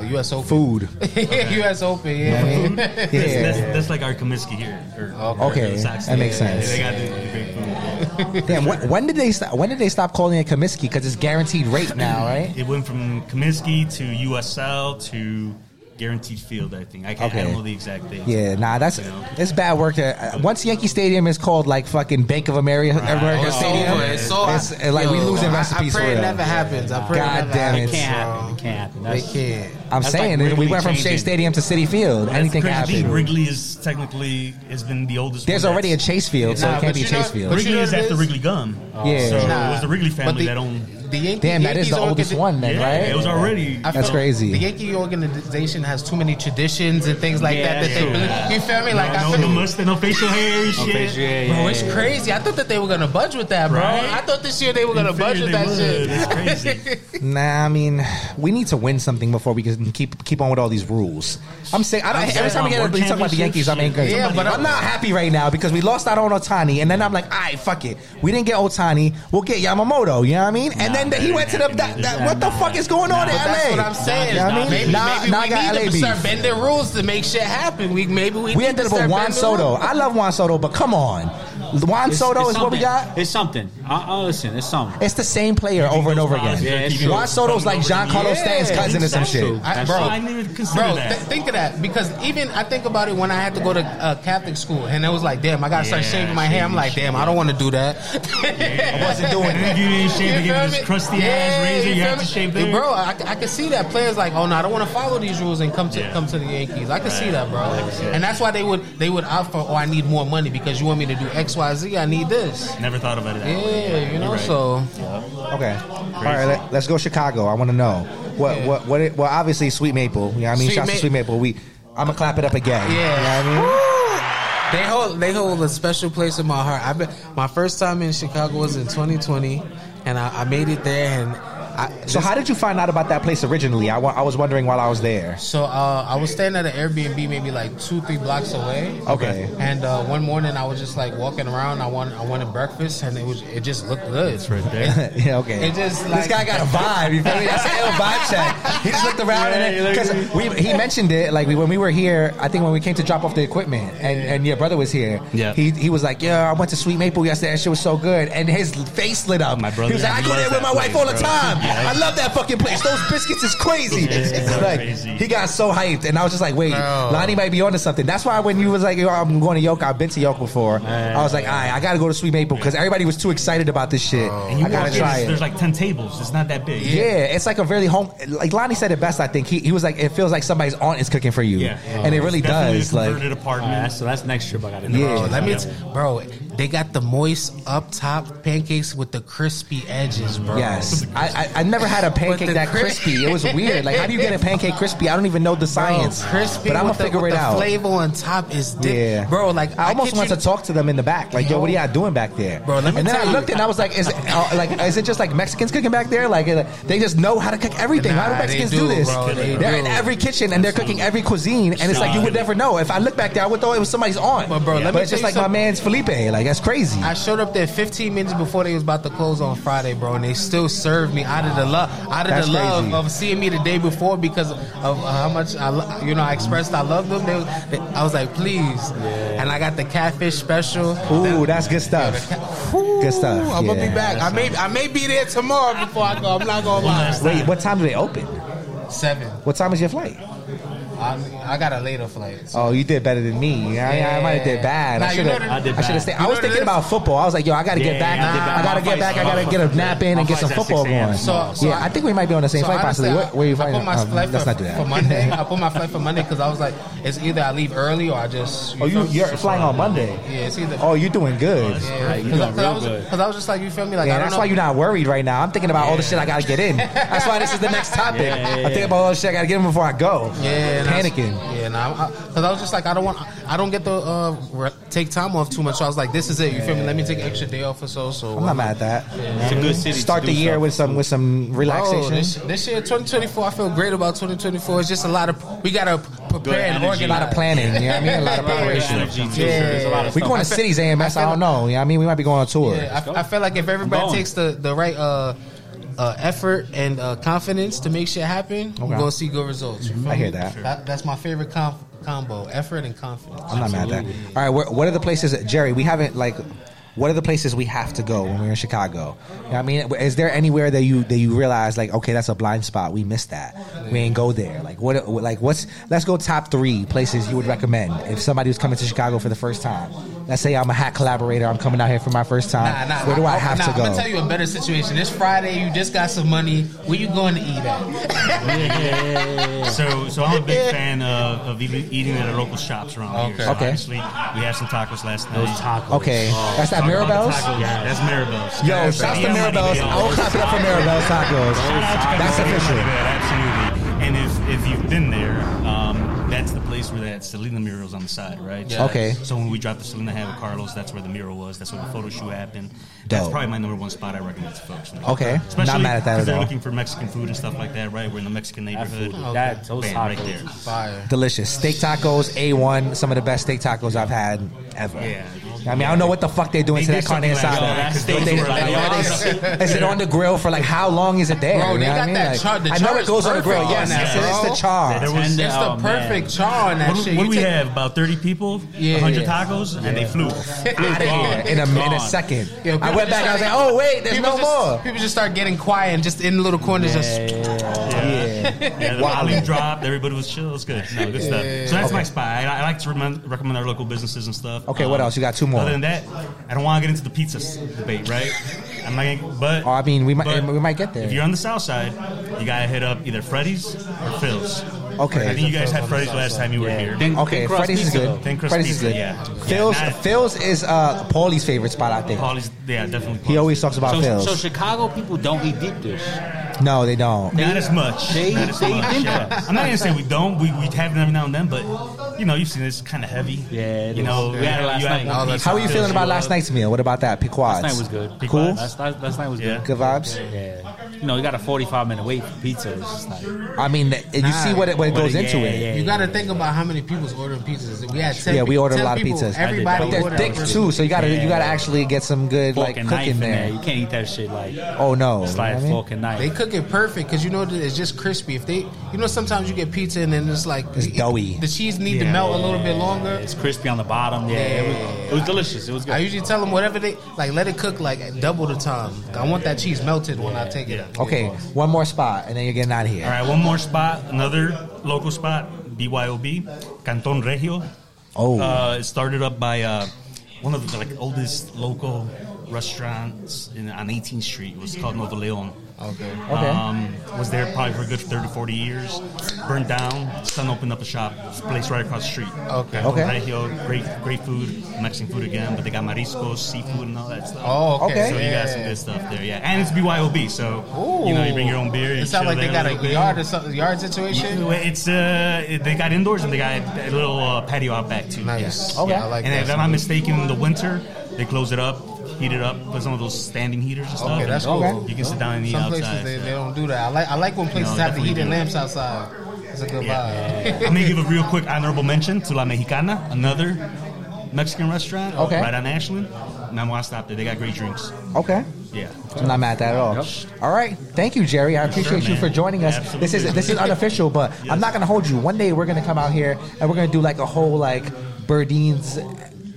a U.S. Open. <laughs> Food. U.S. Open. Yeah. <laughs> I mean, That's, that's, yeah. that's like our Comiskey here. or- or Okay, the Sox. that makes Yeah, yeah, sense. They got the, the great food. Damn. When, when did they stop? When did they stop calling it Comiskey? Because it's guaranteed rate now, right? It went from Comiskey to USL to Guaranteed Field, I think. I, can't, I Okay. don't know the exact date. Yeah. Nah. That's it's bad work. To, uh, once Yankee Stadium is called like fucking Bank of America, Oh, America It's Stadium, over. It's so it's, uh, like we Yo, losing I- recipes I pray for it real. never happens. I pray God it never damn happens. It It's, can't happen. It can't happen. They That's, can't. I'm That's like saying we Wrigley went from Shea changing. Stadium to City Field. Anything can Crazy thing, happen. Wrigley is technically has been the oldest. There's one already a that's- Chase Field, so Nah, it can't but be you know- Chase but Field. Oh. Wrigley you know is what it after is? Wrigley Gum. Yeah. So Nah. it was the Wrigley But family the- that owned. The Yankee, Damn, that is Yankees the organ- oldest one, then, Yeah, right? it was already. I That's feel crazy. The Yankee organization has too many traditions and things like Yeah, that. That they, true. believe- you feel me? Like no, I no, feel, no mustache, no facial <laughs> hair, and shit. facial hair, Bro, yeah. <laughs> Oh, it's crazy. I thought that they were gonna budge with that, bro. Right? I thought this year they were gonna figured budge with they that would. shit. It's crazy. Nah, I mean, we need to win something before we can keep keep on with all these rules. I'm saying, I I'm don't, every saying time we get on you talk about the championship Yankees, I'm shit. angry. uh, Yeah, but I'm I'm- not happy right now because we lost out on Otani, and then I'm like, all right, fuck it. We didn't get Otani, we'll get Yamamoto. You know what I mean? And then that he ain't went to the happening. that, that- what the fuck is going on in But <laughs> LA? that's what I'm saying. You know what I mean? Maybe, Now- maybe now I we got need LA to beef. start bending rules to make shit happen. We maybe we, We need to ended up with start Juan bending Soto. rules. I love Juan Soto, but come on, Juan Soto is what we something. got. It's something. I, I listen. It's something. It's the same player over and over again. Yeah, it's true. Juan Soto's like John Carlos Yeah, Stan's cousin or some that's shit. true. I- That's bro, true. I didn't even consider Bro, that. th- think of that because even I think about it when I had to go to uh, Catholic school and it was like, damn, I gotta start Yeah, shaving my hair. I'm like, damn, I don't want to do that. I <laughs> wasn't doing <laughs> it. If you didn't shave, you get this crusty ass razor, you have to shave there. Bro, I, I can see that players like, oh no, I don't want to follow these rules and come to Yeah. come to the Yankees. I can see Right. that, bro. And that's why they would they would opt for, oh, I need more money because you want me to do X, Y, Z. I need this. Never thought about it. That way. Yeah, you know. You're right. So Okay. All right. Let, let's go Chicago. I want to know what what what. It, well, obviously Sweet Maple. You know what I mean? Sweet Shouts to Ma- Sweet Maple. We. I'm gonna clap it up again. Yeah. You know what I mean? They hold they hold a special place in my heart. I've been my first time in Chicago was in 2020, and I, I made it there, and I, so how did you find out about that place originally? I, wa- I was wondering while I was there. <laughs> So uh, I was staying at an Airbnb maybe like two, three blocks away. Okay. And uh, one morning I was just like walking around. I wanted, I wanted breakfast, and it was it just looked good. It's right there. yeah, <laughs> okay. It just, this like- guy got a vibe. You feel me? That's an ill vibe check. He just looked <laughs> around and because we he mentioned it like we, when we were here. I think when we came to drop off the equipment and, and your brother was here. Yeah. He he was like, yeah, I went to Sweet Maple yesterday. That shit was so good. And his face lit up. My brother- He was like, I go I there love with my that wife all place, the bro." time. Yeah. I love that fucking place. Those biscuits is crazy. Those biscuits It's are like, crazy. He got so hyped, and I was just like, wait, Bro. Lonnie might be onto something. That's why when you was like, yo, I'm going to Yoke, I've been to Yoke before. I was like, all right, I got to go to Sweet Maple because everybody was too excited about this shit. And you I gotta walk in, try it's- it. There's like ten tables. It's not that big. Yeah, it's like a really home. Like Lonnie said it best, I think. He, he was like, it feels like somebody's aunt is cooking for you. Yeah. and it really It's definitely does. a Like, converted All apartment. right, so that's next trip I got to do. Oh, Yeah. Bro, let me, Yeah. t- bro. They got the moist up top pancakes with the crispy edges, bro. <laughs> yes. I, I, I never had a pancake the that cri- crispy. It was weird. Like, how do you get <laughs> a pancake crispy? I don't even know the science. Bro, crispy, but I'm going with to the, figure with it the out. Flavor on top is dick, Yeah, bro. Like I almost kid want you- to talk to them in the back. Like, yo, what are y'all doing back there, Bro, let me And then tell I you. looked and I was like, is it, uh, like, is it just like Mexicans cooking back there? Like, uh, they just know how to cook everything. how do Nah, they Mexicans do, do, this? bro, they They're in do. every kitchen and they're cooking every cuisine, and it's like you would never know. If I look back there, I would thought it was somebody's aunt. But, bro, let me it's just tell like you my something. man's Felipe. Like, that's crazy. I showed up there 15 minutes before they was about to close on Friday, bro, and they still served me out of the love, out of That's the love crazy. of seeing me the day before because of uh, how much I, lo- you know, I expressed I love them. They, was- they- I was like, please, and I got the catfish special. Ooh, that's good stuff. Good stuff. Ooh, I'm gonna yeah. be back. I may, I may be there tomorrow before I go. I'm not gonna lie. Wait, what time do they open? Seven. What time is your flight? I, I got a later flight. So. Oh, you did better than me. I- I, Yeah. might have did bad. Nah, I you should have. know I that- should I did have bad. stayed. I You was know thinking that- about football. I was like, yo, I got to Yeah, get back. yeah, I did I bad. got to My get flight's- back. I my got to get a flight's nap in and at get some 6 football a.m. going. So- so yeah, I, I- think we might be on the same So flight honestly, possibly. Where, where you I finding? put my um, flight let's for, not do that. for Monday. I put my flight for Monday because I was like, it's either I leave early or I just. Oh, you feel me? you're flying on Monday. Yeah, it's either. Oh, you're doing good. Yeah, you because I, doing 'cause I real was good. because I was just like you feel me like Yeah, I don't that's know. why you're not worried right now. I'm thinking about all the shit I gotta get in. That's why this is <laughs> the next topic. Yeah, yeah, <laughs> I'm thinking about all the shit I gotta get in before I go. yeah and I was- panicking. Yeah, nah, because I was just like I don't want I don't get to uh, re- take time off too much. So I was like, this is it. You feel me? Let me take an extra day off or so. So I'm not mad at that. It's a good city. to Start do the year stuff. Oh, with some with some Bro, relaxation. this, this year 2024, I feel great about 2024. It's just a lot of we gotta Good prepare and energy. organize. a lot of planning. You know what I mean? A <laughs> lot of Yeah. preparation. energy too. Yeah. So there's a lot of We stuff. going to feel- cities, AMS. I, I feel- don't know. Yeah, I mean, we might be going on tour. Yeah, go. I, I feel like if I'm everybody going. takes the the right uh, uh, effort and uh, confidence to make shit happen, we're Okay. gonna see good results. You feel I hear me? that. That's my favorite com- combo: effort and confidence. I'm not mad at that. All right, where, what are the places, Jerry? We haven't like. What are the places we have to go when we're in Chicago? You know what I mean, is there anywhere that you that you realize like, okay, that's a blind spot. We missed that. We ain't go there. Like what? Like what's? Let's go top three places you would recommend if somebody was coming to Chicago for the first time. Let's say I'm a hack collaborator. I'm coming out here for my first Nah, time. nah, Where do I have nah, to I'm gonna go? tell you a better situation. This Friday, you just got some money. Where you going to eat at? <laughs> So, so I'm a big fan of, of eating eating at our local shops around here. So Okay. Obviously, we had some tacos last night. those tacos. Oh, Okay, that's that Mirabelle's. Yeah, that's Mirabelle's. Yo, shouts to Yeah, Mirabelle's. yeah. I will clap it up for Mirabelle's tacos. That's official. Absolutely. And if, if you've been there, um, that's the place where that Selena mural's on the side, right? So- Okay. So when we dropped the Selena hat with Carlos, that's where the mural was. That's where the photo shoot happened. That's Dope. probably my number one spot I recommend to folks. Okay. Not Especially mad at that 'cause at they're all. looking for Mexican food and stuff like that, right? We're in the Mexican neighborhood. Absolutely. That, those Bam, tacos. right there. Fire. Delicious steak tacos, A1, some of the best steak tacos I've had ever. Yeah. I mean, I don't know what the fuck they're doing They to that did carne something like asada. that, 'cause But those they- were like- like, is it on the grill for like how long is it there? Bro, You they know what got I mean? that Like, char- the I know char it is goes on the perfect grill. on Yes, that, it's- it's bro. the char. There And was- the- It's the Oh, perfect man. char on that What, do- shit. what You do we take- have? About 30 people? Yeah, 100 yeah. tacos? And they flew. Out of here <laughs> in a, in a Gone. second. Yo, I people went just back. I was like, start- oh wait, there's people no just- more. People just start getting quiet and just in little corners. just <laughs> Yeah. Yeah. yeah the volume dropped. Everybody was chill. It was good. No, good stuff. So that's my spot. I, I like to recommend, recommend our local businesses and stuff. Um, Okay, what else? You got two more. Other than that, I don't want to get into the pizza s- debate, right? I'm not. Gonna, but Oh, I mean, we might but we might get there. If you're on the south side, you gotta hit up either Freddy's or Phil's. Okay. I think you guys had Freddy's last time you were here. Thin- Okay, thin crust Freddy's is pizza, good. though. Thin crust Freddy's is pizza, good. yeah. Phil's Yeah, not- Phil's is uh, Paulie's favorite spot. I think Paulie's, yeah, definitely. he Paulie's. always talks about So, Phil's. so Chicago people don't eat deep dish. no, they don't. Not as much. They- not as they much, think yeah. that. I'm not gonna say we don't. We, we have it every now and then, but you know, you've seen it's kind of heavy. Yeah, it you is. know, We had you it have- last you night. have one Oh, piece that's- How are you of feeling about fish. last night's meal? What about that? Pequods. Last night was good. Cool. Last night, last night was Yeah. good. Good vibes. Yeah. you know, you got a 45 minute wait for pizza. It's just like, I mean, th- you see what it, what it What it- goes into yeah, it. yeah, You got to think about how many people's ordering pizzas. We had ten. Yeah, we pe- ordered a 10 lot of people. pizzas. I did Everybody But they're ordered. thick too, so you gotta Yeah. you gotta actually get some good fork like and knife cooking in there. there. You can't eat that shit like Oh no, You know what slide I mean? fork and knife. They cook it perfect because you know that it's just crispy. If they, you know, sometimes you get pizza and then it's like It's doughy. Um, The cheese need to melt a little bit longer. It's crispy on the bottom. Yeah, It, was, it was delicious. It was I good. usually tell them whatever they like, let it cook like at double the time. I want that cheese melted when I take it. out. Okay, one more spot, and then you're getting out of here. All right, one more spot, another local spot, BYOB, Canton Regio. Oh. Uh, it started up by uh, one of the like oldest local restaurants in, on 18th Street. It was called Nova Leon. Okay. Okay. Um, was there probably for a good 30, 40 years. Burned down. Son opened up a shop. It's a place right across the street. Okay. Canton Okay. Regio, great, great food. Mexican food again, but they got mariscos, seafood, and all that stuff. Oh, okay. Okay. So you got some good stuff there, yeah. And it's BYOB, so you know you bring your own beer. you It sounds chill like they there got little a bit. yard or something, yard situation. Yeah, It's uh, they got indoors and they got a little uh, patio out back too. Nice. yeah. Okay. Yeah, I like and if that. I'm not mistaken, in the winter they close it up, heat it up, put some of those standing heaters and stuff. Okay, that's and cool. You can sit down and eat Some outside. places they, they don't do that. I like I like when places No, have the definitely heated do. lamps outside. It's a good Yeah. vibe. <laughs> I'm gonna give a real quick honorable mention to La Mexicana, another Mexican restaurant Okay. right on Ashland. Now I stopped there. They got great drinks. Okay. Yeah. I'm not mad at that at all. All right, thank you, Jerry. I appreciate you man. for joining us. Absolutely. This is this is unofficial, but I'm not gonna hold you. One day we're gonna come out here and we're gonna do like a whole like Burdeen's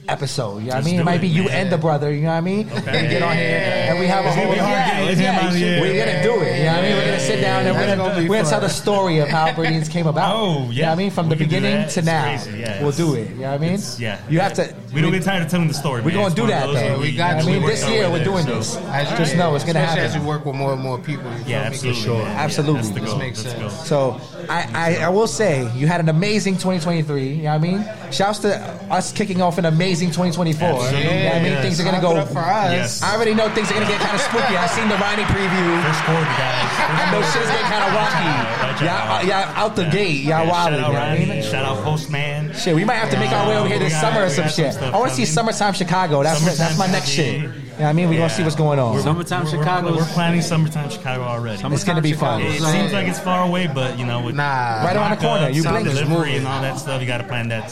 episode. You know what I Let's mean? It do might it, be you man. and the brother. You know what I mean? Okay. We get on here and we have a It's gonna whole. be hard getting him out of the air. We're gonna do it. You know what I mean? We're gonna sit down and we're That's gonna, gonna be we're gonna tell fun. the story of how Burdeen's came about. Oh, You know yeah. what I mean? From We the can do beginning that. to It's now, crazy, yeah. we'll do it. You know what I mean? It's- yeah. You have to. We don't get tired of telling the story. We're man. gonna It's do one of that those though. where we You know got what I to. mean, We this worked year our way we're there, doing so- this. As you- Just know it's gonna especially happen. as you work with more and more people. you Yeah, know, making absolutely. sure. man. Yeah, Absolutely. that's the This goal. makes Let's sense. go. So I, I, I will say you had an amazing 2023. You know what I mean? Shouts to us kicking off an amazing 2024. Absolutely. You know what I mean? Yes. Things are gonna Clap it up go. for us. Yes. I already know things are gonna get kind of spooky. I seen the Ronnie preview. First quarter, guys. I know shit's getting kind of rocky. Y'all, y'all out the gate. Y'all wild. You know Shout out what I Ronnie. mean? Shout out Postman. Shit, we might have to make our way over here this Yeah, summer or we some got some shit. stuff I want to see coming. summertime Chicago. That's that's my Summertime next shit. Chicago. You know what I mean? We're gonna Yeah. see what's going on. Summertime We're- we're- Chicago. We're planning summertime Chicago already. It's gonna be fun. It Summertime. seems like it's far away, but you know, with Nah. Right around the corner. You lockups, blink. delivery and all that stuff. You got to plan that.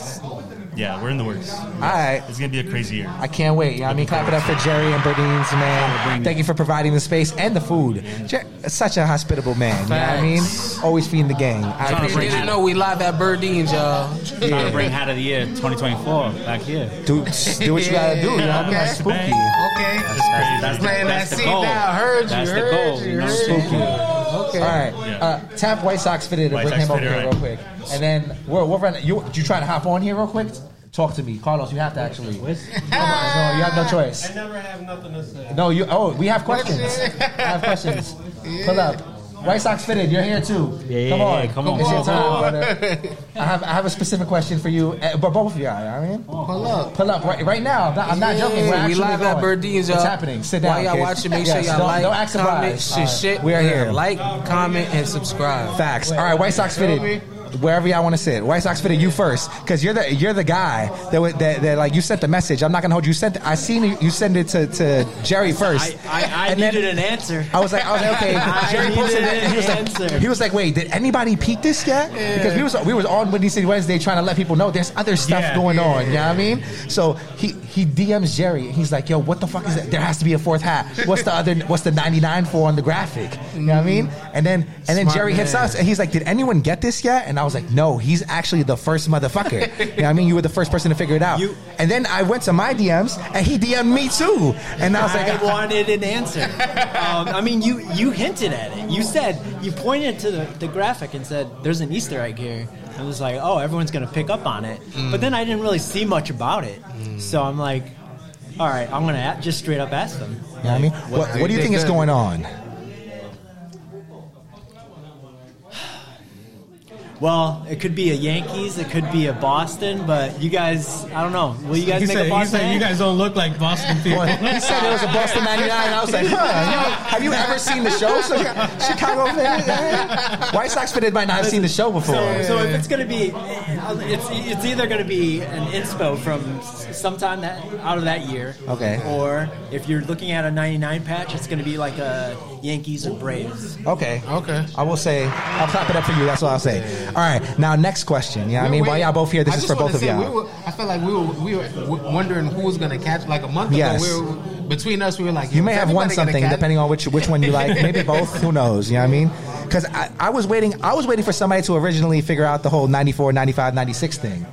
Yeah, we're in the works. All right. It's gonna be a crazy year. I can't wait. You know what I mean, clap it up for Jerry and Burdines, man. Thank you for providing the space and the food. Jer- such a hospitable man. You know what I mean? Always feeding the gang. I Trying to appreciate bring- it. Didn't know we live at Birdeen's, y'all. Trying to bring hat of <laughs> the year 2024 back here. Do, do what you gotta do. You know what I mean? Okay. Spooky. Okay. It's crazy. Playing that That's the scene goal. now. Heard you. That's the heard goal, you. you know? heard Spooky. you. All Okay. right. Yeah. Uh, tap White Sox Fitter to White bring Sox him over Fitter, here right. real quick. And then we're, we're running. You, you trying to hop on here real quick? Talk to me. Carlos, you have to actually. Come on, no, Oh, you have no choice. never have nothing to say. No, you. Oh, we have <laughs> questions. I have questions. Pull up. White Sox fitted. You're here too. yeah, come on, yeah, come on. It's your Come time, brother. I have I have a specific question for you, eh, but both of you. I mean, Oh. Pull up. pull up right, right now. I'm not, I'm not Yeah, joking. We're we actually live at going. Birdie's, It's y'all. happening. Sit down. While y'all kids. watching, make sure Yes, y'all don't, like, don't act comment, surprised. shit, shit. We are Yeah, here. Like, comment, and subscribe. Facts. All right, White Sox fitted. Wherever y'all want to sit, White Sox fitted. You first, because you're the you're the guy that, wa- that that like you sent the message. I'm not gonna hold you. you sent I seen you- you send it to, to Jerry first. I, I, I And then- needed an answer. I was like, I was like, <laughs> okay. I Jerry posted needed it. and He was an like, answer. he was like, wait, did anybody peek this yet? Because we was we was on Whitney City Wednesday trying to let people know there's other stuff Yeah. going on. You know what I mean? So he he DMs Jerry. and He's like, yo, what the fuck is that? There has to be a fourth hat. What's the other? What's the 99 for on the graphic? You know what I mean? And then and then Smart Jerry hits man. us and he's like, did anyone get this yet? And I was like, no, he's actually the first <laughs> motherfucker. you know what I mean? You were the first person to figure it out. You- and then I went to my DMs and he DM'd me too. And I was like, "Ah." I wanted an answer. Um, I mean, you you hinted at it. You said you pointed to the, the graphic and said, "There's an Easter egg here." I was like, "Oh, everyone's gonna pick up on it," Mm. but then I didn't really see much about it. So I'm like, "All right, I'm gonna a- just straight up ask them." You know what I mean? What, what do you think is going on? well, it could be a Yankees, it could be a Boston, but you guys, I don't know. Will you guys He make said, a he Boston? said, you hat?" guys don't look like Boston <laughs> people. <laughs> He said it was a Boston 99. I was <laughs> like, huh, you know, have you ever seen the show? So Chicago fans, eh? White Sox fans might not have seen the show before. So, so if it's gonna be, it's it's either gonna be an inspo from sometime that out of that year. Okay. Or if you're looking at a '99 patch, it's gonna be like a Yankees or Braves. Okay. Okay. I will say, I'll clap it up for you. That's what I'll say. All right. Now, next question. Yeah, I mean, while y'all both here, this I is just for wanna both of say, y'all. We were, I felt like we were, we were w- wondering who was gonna catch. Like a month Yes. ago, we were, between us, we were like, You may have won something depending on which which one you like. <laughs> Maybe both. Who knows? You know what I mean? Because I, I was waiting. I was waiting for somebody to originally figure out the whole 94, 95, 96 thing.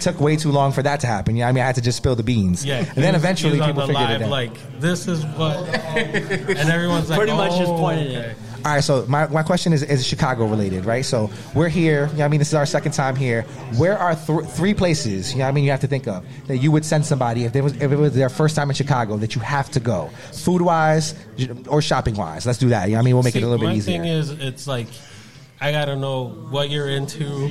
Took way too long for that to happen. You know what I mean? I had to just spill the beans. Yeah, And then he's- eventually he's on people the figured live, it out. Like this is <laughs> what, and everyone's like, Pretty much just "Oh, pointed okay." it. All right, so my, my question is, is Chicago related, right? So we're here, you know what I mean? This is our second time here. Where are th- three places, you know what I mean, you have to think of that you would send somebody if, they was, if it was their first time in Chicago that you have to go? Food wise or shopping wise? Let's do that. You know what I mean? We'll make it See, a little bit my easier. thing is, it's like I gotta know what you're into,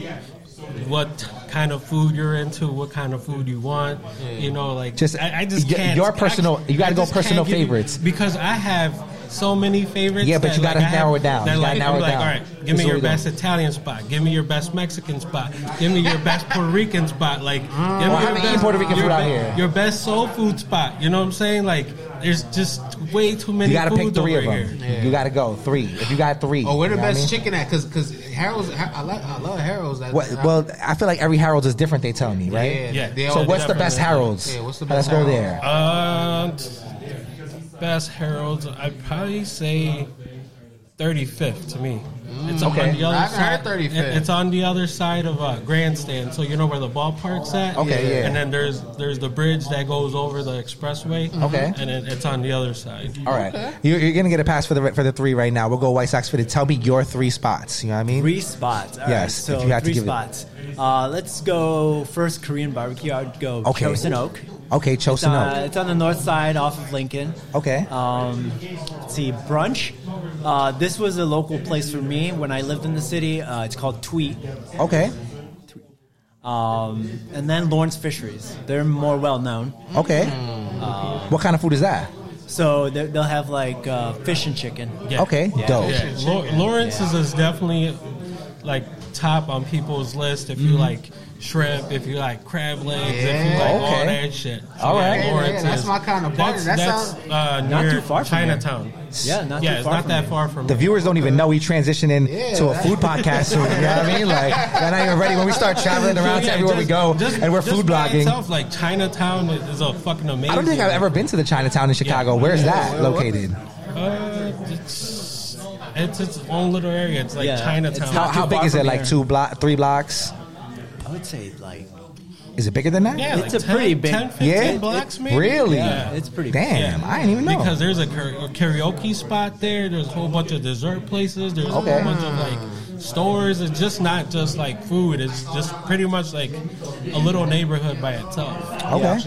what kind of food you're into, what kind of food you want. You know, like Just I, I just y- can't. your I- personal- you gotta I go just can't personal give you- favorites. because I have. So many favorites. Yeah, but that, you gotta like, I have- narrow it down. that, You gotta like, narrow I'm it like, down. All right, give This me is your what we best doing. Italian spot. Give me your best Mexican spot. Give me your <laughs> best Puerto Rican spot. Like, give me Well, I your haven't best- eaten Puerto Rican your food out be- here. Your best soul food spot. You know what I'm saying? Like, there's just way too many. you got to pick food three of over them. here. You got to go three. If you got three. Oh, where the you know what I best mean? chicken at? Because because Harold's, I love I love Harold's. That's- What, well, I feel like every Harold's is different. They tell me, right? yeah, Yeah. they So So all- what's the best Harold's? Yeah, what's the Let's best go Harold's? there. Uh, Um, best heralds, I'd probably say 35th to me. It's Okay. on the other I've side. Mm. heard 35th. it- It's on the other side of uh, grandstand, so you know where the ballpark's at. Okay, Yeah. yeah. And then there's there's the bridge that goes over the expressway. Okay. And then it's on the other side. All right, you're, you're gonna get a pass for the for the three right now. We'll go White Sox for the. Tell me your three spots. You know what I mean? Three spots. All right, Yes, so if you had to three give it- spots. Uh, let's go first Korean barbecue. I would go Okay. Chosin Oak. Okay, It's, Chosin uh, Oak. it's on the north side off of Lincoln. Okay. Um, let's see, brunch. Uh, this was a local place for me when I lived in the city. Uh, it's called Tweet. Okay. Um, and then Lawrence Fisheries. They're more well known. Okay. what kind of food is that? So they- they'll have like uh, fish and chicken. Yeah. Okay, dope. Yeah. Lau- Lawrence's is definitely like top on people's list if Mm-hmm. you like shrimp, if you like crab legs, if you Yeah. like all Okay. that shit. All right. Yeah, yeah, that's is- my kind of party. That's, That that's, sounds- uh, Not near too far from here. Chinatown. Yeah, not yeah, too it's far not from that here. far from The here. viewers don't even know we <laughs> transitioning Yeah, to a that- food podcast soon. You know what I mean? Like, they're not even ready when we start traveling So, around to yeah, everywhere we just- go, just- and we're just food by blogging. Itself, like Chinatown is a fucking amazing. I don't think I've ever been to the Chinatown in Chicago. Where's that located? Uh, it's, it's its own little area. It's like Yeah, it's Chinatown. How, Not too how big far is it? from Like here. two block, three blocks? I would say like Is it bigger than that? yeah, It's like a pretty 10, big- 10, 15 Yeah? blocks, maybe. Really? Yeah. it's pretty. Damn, I didn't even know. Because there's a kara- a karaoke spot there. There's a whole bunch of dessert places. There's Okay. a whole bunch of like stores. It's just not just like food. It's just pretty much like a little neighborhood by itself. okay.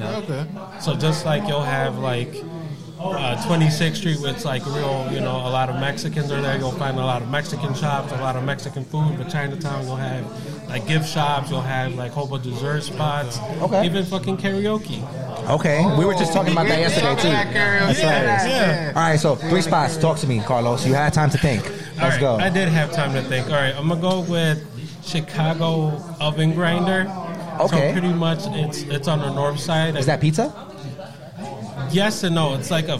Okay. So just like you'll have like uh, 26th Street, with like real, you know, a lot of Mexicans are there. You'll find a lot of Mexican shops, a lot of Mexican food. But Chinatown, you'll have like gift shops. You'll have like whole bunch of dessert spots. Okay. Even fucking karaoke. okay. We were Oh. just talking about that Yeah, yesterday talk too. about karaoke. That's Yeah, right. yeah. All right, so three spots. Talk to me, Carlos. You had time to think. All Let's right, go. I did have time to think. All right, I'm gonna go with Chicago Oven Grinder. So Okay. pretty much, it's it's on the north side. Is that pizza? yes and no? It's like a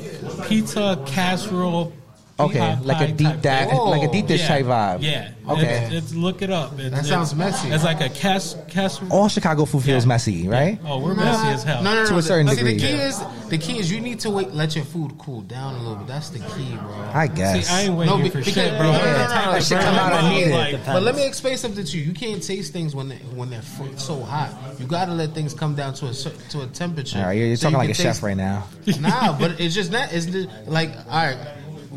pizza casserole. Okay, pecan like pie a deep type that, thing. like a deep dish Yeah, type vibe. Yeah. It's, Okay. it's- look it up. It's, That it's- sounds messy. It's like a cas casserole. All Chicago food feels Yeah. messy, right? Oh, we're messy as hell. No, no, no. To a the- certain see, degree. The key is the key is you need to wait, let your food cool down a little bit. That's the key, bro. I guess. See, I ain't No, waiting be- for because- shit, bro. no, no, no, no, Type that of shit come burn out, I my need mouth, it. like, Depends. But let me explain something to you. You can't taste things when they, when they're fr- so hot. You gotta let things come down to a cer- to a temperature. All right, you're, you're so talking you like a can chef taste- right now. nah, but it's just that. It's the, like all right.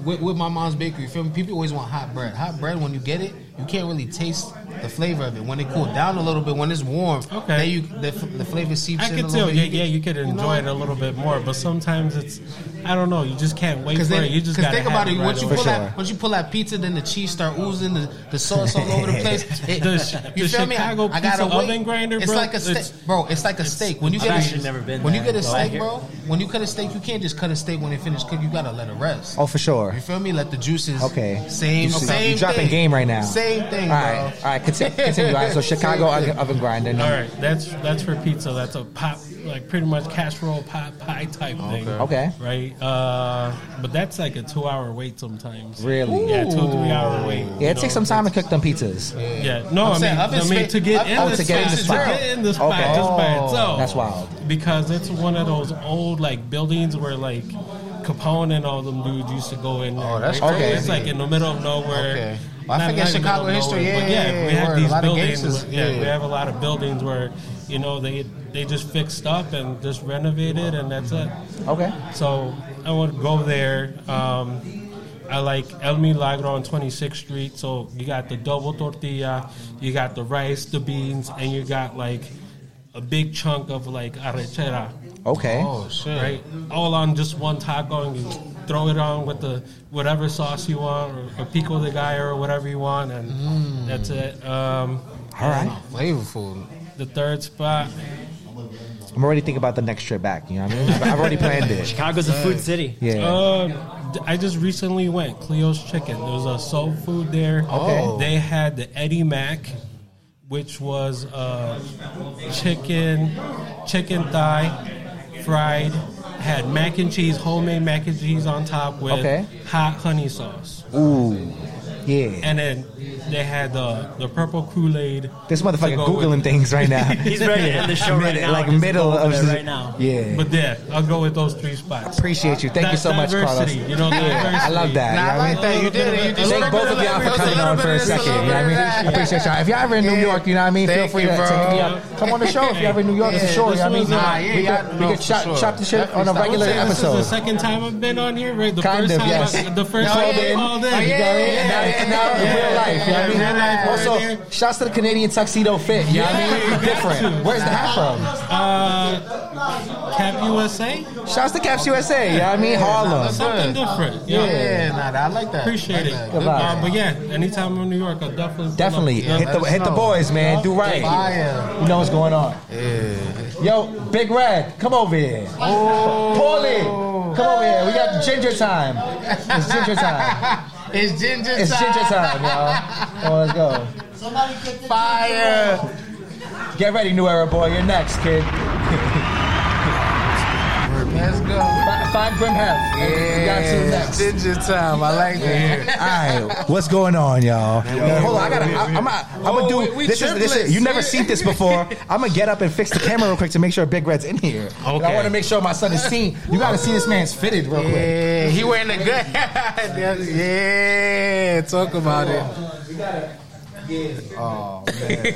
With, with my mom's bakery, you feel me? People always want hot bread. Hot bread, when you get it, you can't really taste the flavor of it. When it cool down a little bit, when it's warm, Okay. then you the, f- the flavor seeps I in. a could little tell, bit. yeah, You can- yeah, you could know? enjoy it a little bit more, but sometimes it's I don't know. You just can't wait for Because it. You just gotta think have about it. right Once you away. pull sure. that, once you pull that pizza, then the cheese start oozing, the, the sauce all over the place. It- The sh- you the feel me? I, Chicago I gotta pizza wait. oven grinder, it's bro, like a it's- steak, bro. It's like a steak. When you get I've a, actually never been when there. you get a No, I steak, hear- bro. When you cut a steak, you can't just cut a steak when it finished cook. You gotta let it rest. Oh, for sure. You feel me? Let the juices. Okay. Same. You see- Same. you dropping thing. game right now. Same thing. All right, bro. all right. Continue. continue. All <laughs> right, so Chicago Same oven, thing. oven grinder. All No. right, that's that's for pizza. That's a pop, like pretty much casserole pie pie type thing. Okay. Right. Uh, but that's like a two hour wait sometimes. Really? Yeah, two three hour wait. you Yeah, it know? takes some time to cook them pizzas. Yeah. No, I'm i mean, saying I oven mean space- to get in oven the Oh, to get in the spot, spot. to get in the spot Okay. just by Oh, itself. that's wild. Because it's one of those old like buildings where like Capone and all them dudes used to go in. Oh, there, that's right? crazy. It's like in the middle of nowhere. Okay. Well, I Not- forget not in the Chicago middle of history. nowhere, but Yeah, yeah, yeah, we yeah, have where a these lot of buildings. gangsters- where- yeah, yeah. we have a lot of buildings where you know they they just fixed up and just renovated and that's it. Okay. So I want to go there. Um, I like El Milagro on 26th Street. So you got the double tortilla, you got the rice, the beans, and you got like a big chunk of like arrechera, Okay. Oh shit. right? All on just one taco, and you throw it on with the whatever sauce you want, or, or pico de gallo, or whatever you want, and that's it. Um, Mm. All right. Flavorful. the third spot, I'm already thinking about the next trip back. You know what I mean? I've I've already planned it. Chicago's a food city. Yeah. Uh, I just recently went Cleo's Chicken. There was a soul food there. Oh. Okay. They had the Eddie Mac, which was uh, chicken, chicken thigh, fried. Had mac and cheese, homemade mac and cheese on top with Okay. hot honey sauce, Ooh. Yeah. and then they had the the purple Kool Aid. This motherfucker googling things right now. He's ready to end the show right Mid- now. like Just middle go over of there the- right now. Yeah. But yeah, I'll go with those three spots. Appreciate you. Thank you That so much, Carlos. diversity, You know, I love that. Nah, I you know what I like that. mean? You did it. You did it. Thank both of y'all for coming on for a second. You know what I mean? I appreciate y'all. If y'all ever in New Yeah. York, you know what I mean? Feel Thank free you, to bro. take me up. Come on the show if you're ever in New York for Yeah, uh, sure. You know what I mean? this was- Nah, yeah, we y'all- could, no, we could for chop, sure. chop the shit on a Definitely regular Say This is the episode. second time I've been on here, right? The Kind first of, time, yes. I- the first Called time in. I called in. You yeah, got it? yeah, Now- yeah, now yeah, real life. You know what I mean? yeah, real life right Also, there. shouts to the Canadian tuxedo fit. You know what I mean? Yeah, Different. got you. Where's the hat from? Uh, Cap USA, Shouts to Caps USA. You know what I mean? Harlem. something different. you know? Yeah, nah, nah, I like that. appreciate it. Like that. Good vibes. Uh, but yeah, anytime I'm in New York, I'll definitely pull Definitely. up. hit the let us hit the know. boys, man. Do right. Fire. You know what's going on. Yo, Big Red, come over here. Oh. Paulie, come over here. We got ginger time. It's ginger time. <laughs> It's ginger time. It's ginger time, y'all. Come on, let's go. Fire. Get ready, New Era boy. You're next, kid. <laughs> Let's go. Fi- Find Grim Hef. You got two Yeah, next. ginger time. I like that. Alright, what's going on, y'all? Yo, hold on, I gotta. I, I'm. a- I'm gonna Oh, do we- we this. Is, this is, triplets. you never seen this before. <laughs> I'm gonna get up and fix the camera real quick to make sure Big Red's in here. And I Okay. want to make sure my son is seen. You gotta see this man's fitted real quick. Yeah, he wearing a good. <laughs> yeah, talk about it. Oh man,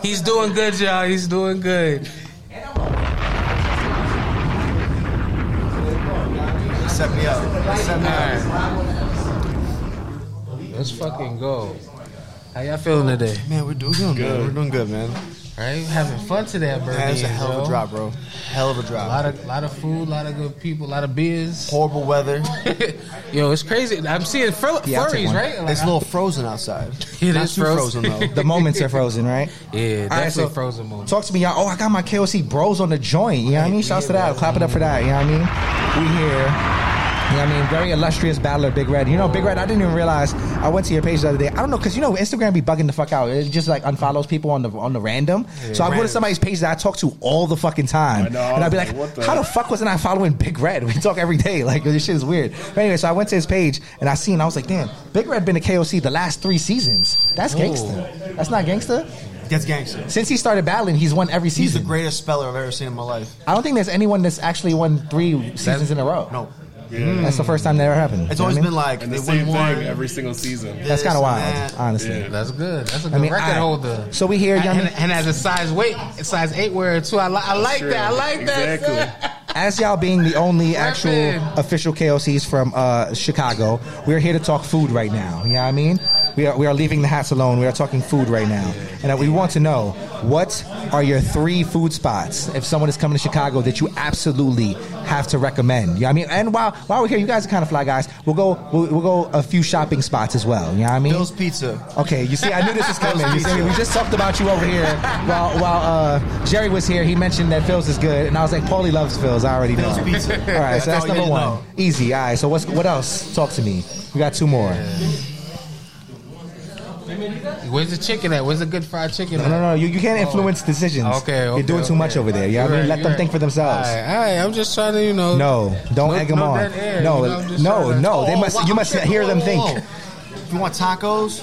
<laughs> he's doing good, y'all. He's doing good. Set me up. Set me up. Let's fucking go. How y'all feeling today? Man, we're doing good. Man. We're doing good, man. All right, having fun today at Burger Man, that's a King, hell of yo. a drop, bro. Hell of a A drop. lot of, lot of food, a lot of good people, a lot of beers. <laughs> Horrible weather. Yo, it's crazy. I'm seeing fur- Yeah, I'll take furries, one. right? Like, It's a little frozen outside. <laughs> It Not is too frozen. frozen <laughs> though. The moments <laughs> are frozen, right? yeah, All right, definitely so frozen moment. Talk to me, y'all. Oh, I got my KOC bros on the joint. You know what I mean? Shouts to that. Clap it up for that. You know what I mean? We here. You know what I mean? Very illustrious battler, Big Red. You know, Big Red, I didn't even realize. I went to your page the other day. I don't know, because, you know, Instagram be bugging the fuck out. It just, like, unfollows people on the on the random. so I go to somebody's page that I talk to all the fucking time. I know, I and I'd be was like, like, what the- how the fuck wasn't I following Big Red? We talk every day. <laughs> Like, this shit is weird. But anyway, so I went to his page, and I seen, I was like, damn, Big Red been to KOC the last three seasons. That's gangster. That's not gangster. That's gangster. Since he started battling, he's won every He's season. the greatest speller I've ever seen in my life. I don't think there's anyone that's actually won three seasons in a row. No, Mm. That's the first time that ever happened. Mm. it's You know always what I mean? been like And they the same win thing one. every single season. this That's kind of and wild, that. honestly. Yeah. That's good. That's a good I mean, record I- holder. so we here, young- and, and as a size weight, size eight wearer too. I, li- I like True. that. I like exactly. that. As y'all being the only actual Reppin'. official KOCs from uh, Chicago, we're here to talk food right now. You know what I mean? we are, we are leaving the hats alone. We are talking food right now. And uh, we want to know what are your three food spots if someone is coming to Chicago that you absolutely have to recommend? You know what I mean? And while, while we're here, you guys are kind of fly guys. We'll go, we'll, we'll go a few shopping spots as well. You know what I mean? Bill's Pizza. Okay, you see, I knew this <laughs> was coming. You see, we just talked about you over here while <laughs> while uh, Jerry was here. He mentioned that Phil's is good, and I was like, Paulie loves Phil's. I already know. pizza. All right, so that's all you number need to one. know. Easy. All right, so what's what else? Talk to me. We got two more. Where's the chicken at? Where's the good fried chicken? No, no, no. You, you can't influence decisions. Okay, okay, you're doing too much okay. over there. Yeah, I You're mean, right, let you're them right. think for themselves. All right, all right, I'm just trying to, you know. No, don't No- egg them no on. dead air, no, you know, I'm just no, trying to- no. They Oh, must. You wow, must shit, hear whoa, them whoa, think. whoa. If you want tacos,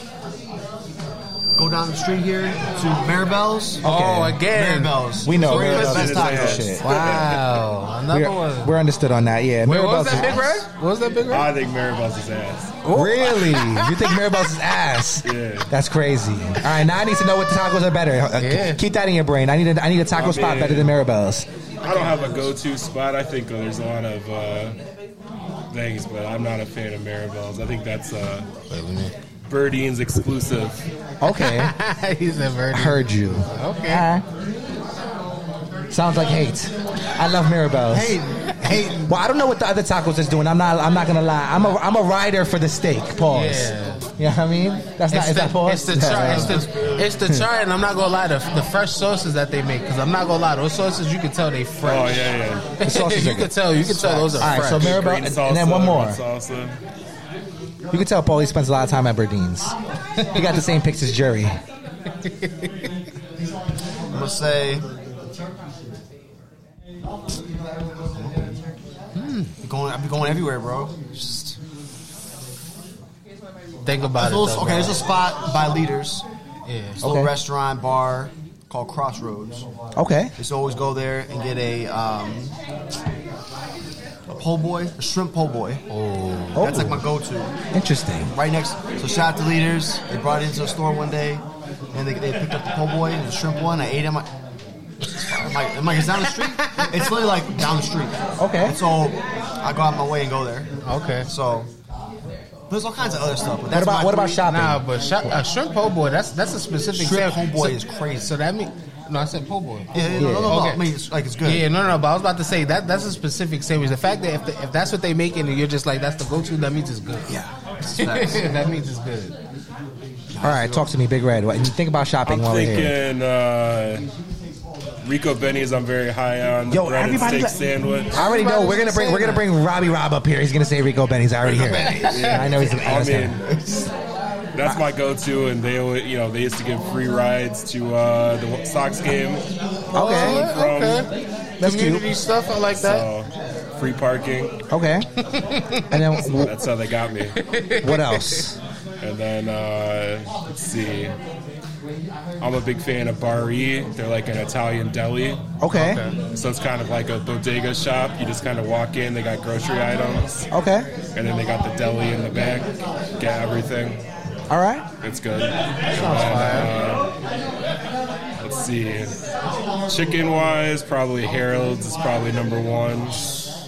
go down the street here to Maribel's. Oh, again. Maribel's. We know. So we're Maribel's listening is to not that. good shit. Wow. Another We're, one. we're understood on that. Yeah. Wait, what was Maribel's that is big ass. red? What was that big red? I think Maribel's is ass. <laughs> Really? You think Maribel's is ass? Yeah. That's crazy. All right, now I need to know what tacos are better. Uh, Yeah. Keep that in your brain. I need a, I need a taco I spot mean- better than Maribel's. I don't have a go-to spot. I think there's a lot of uh, things, but I'm not a fan of Maribel's. I think that's uh, Birdine's exclusive. Okay. <laughs> He's a birdie. Heard you. Okay. All right. Sounds like hate. I love Maribel's. Hey, hey, Well, I don't know what the other tacos is doing. I'm not. I'm not gonna lie. I'm a. I'm a rider for the steak. Pause. Yeah. You know what I mean? That's not. It's is the, that pause? it's the char, it's <laughs> the, it's the char, and I'm not gonna lie, the, the fresh sauces that they make, because I'm not gonna lie, those sauces you can tell they fresh. Oh yeah, <laughs> yeah. The sauces <laughs> you are can good. tell, you can tell those are All right, fresh. so Maribel, Green and, salsa, and then one more. red salsa. You can tell Paulie spends a lot of time at Burdines. he got the same pics as Jerry. <laughs> I'm gonna say. Hmm, Going, I've been going everywhere, bro. Just Think about there's it. a little- Though, okay, bro. there's a spot by Leaders. yeah. It's a little Okay. restaurant bar called Crossroads. Okay. Just always go there and get a um, a po' boy, a shrimp po' boy. Oh, That's like my go-to. interesting. Right next, so shout out to Leaders. They brought it into the store one day, and they, they picked up the po' boy and the shrimp one. I ate them. I'm like, I'm like, it's down the <laughs> street. It's literally like down the street. Okay. And so I go out my way and go there. Okay. So there's all kinds of other stuff. But What that's about my what about three- shopping? Nah, but sh- uh, shrimp po' boy, that's that's a specific Shrimp sandwich. po' boy So- is crazy. So that means no, I said po' boy. Yeah, yeah, no, no, no, no. Okay. I mean, it's like it's good. Yeah, no, no, no, but I was about to say that that's a specific sandwich. The fact that if, the, if that's what they make and you're just like that's the go-to, that means it's good. Yeah. <laughs> that means it's good. All right, talk to me, Big Red. What you think about shopping I'm while we're here? thinking uh, Rico Benny's. I'm very high on. The Yo, bread and everybody steak let- sandwich. I already know Everybody's we're gonna bring saying we're gonna bring Robbie Rob up here. He's gonna say Rico Benny's. I already hear. it. I know he's. I I mean, understand. <laughs> that's my go-to, and they, always- you know, they used to give free rides to uh, the Sox game, okay, from- okay. That's cute. Community stuff, I like that. so free parking. okay. <laughs> <laughs> And then w- That's how they got me. what else? And then uh, let's see, I'm a big fan of Bar E. They're like an Italian deli, Okay, so it's kind of like a bodega shop. You just kind of walk in. They got grocery items, okay, and then they got the deli in the back. Get everything. all right. It's good. Uh, let's see. Chicken wise, probably Harold's is probably number one.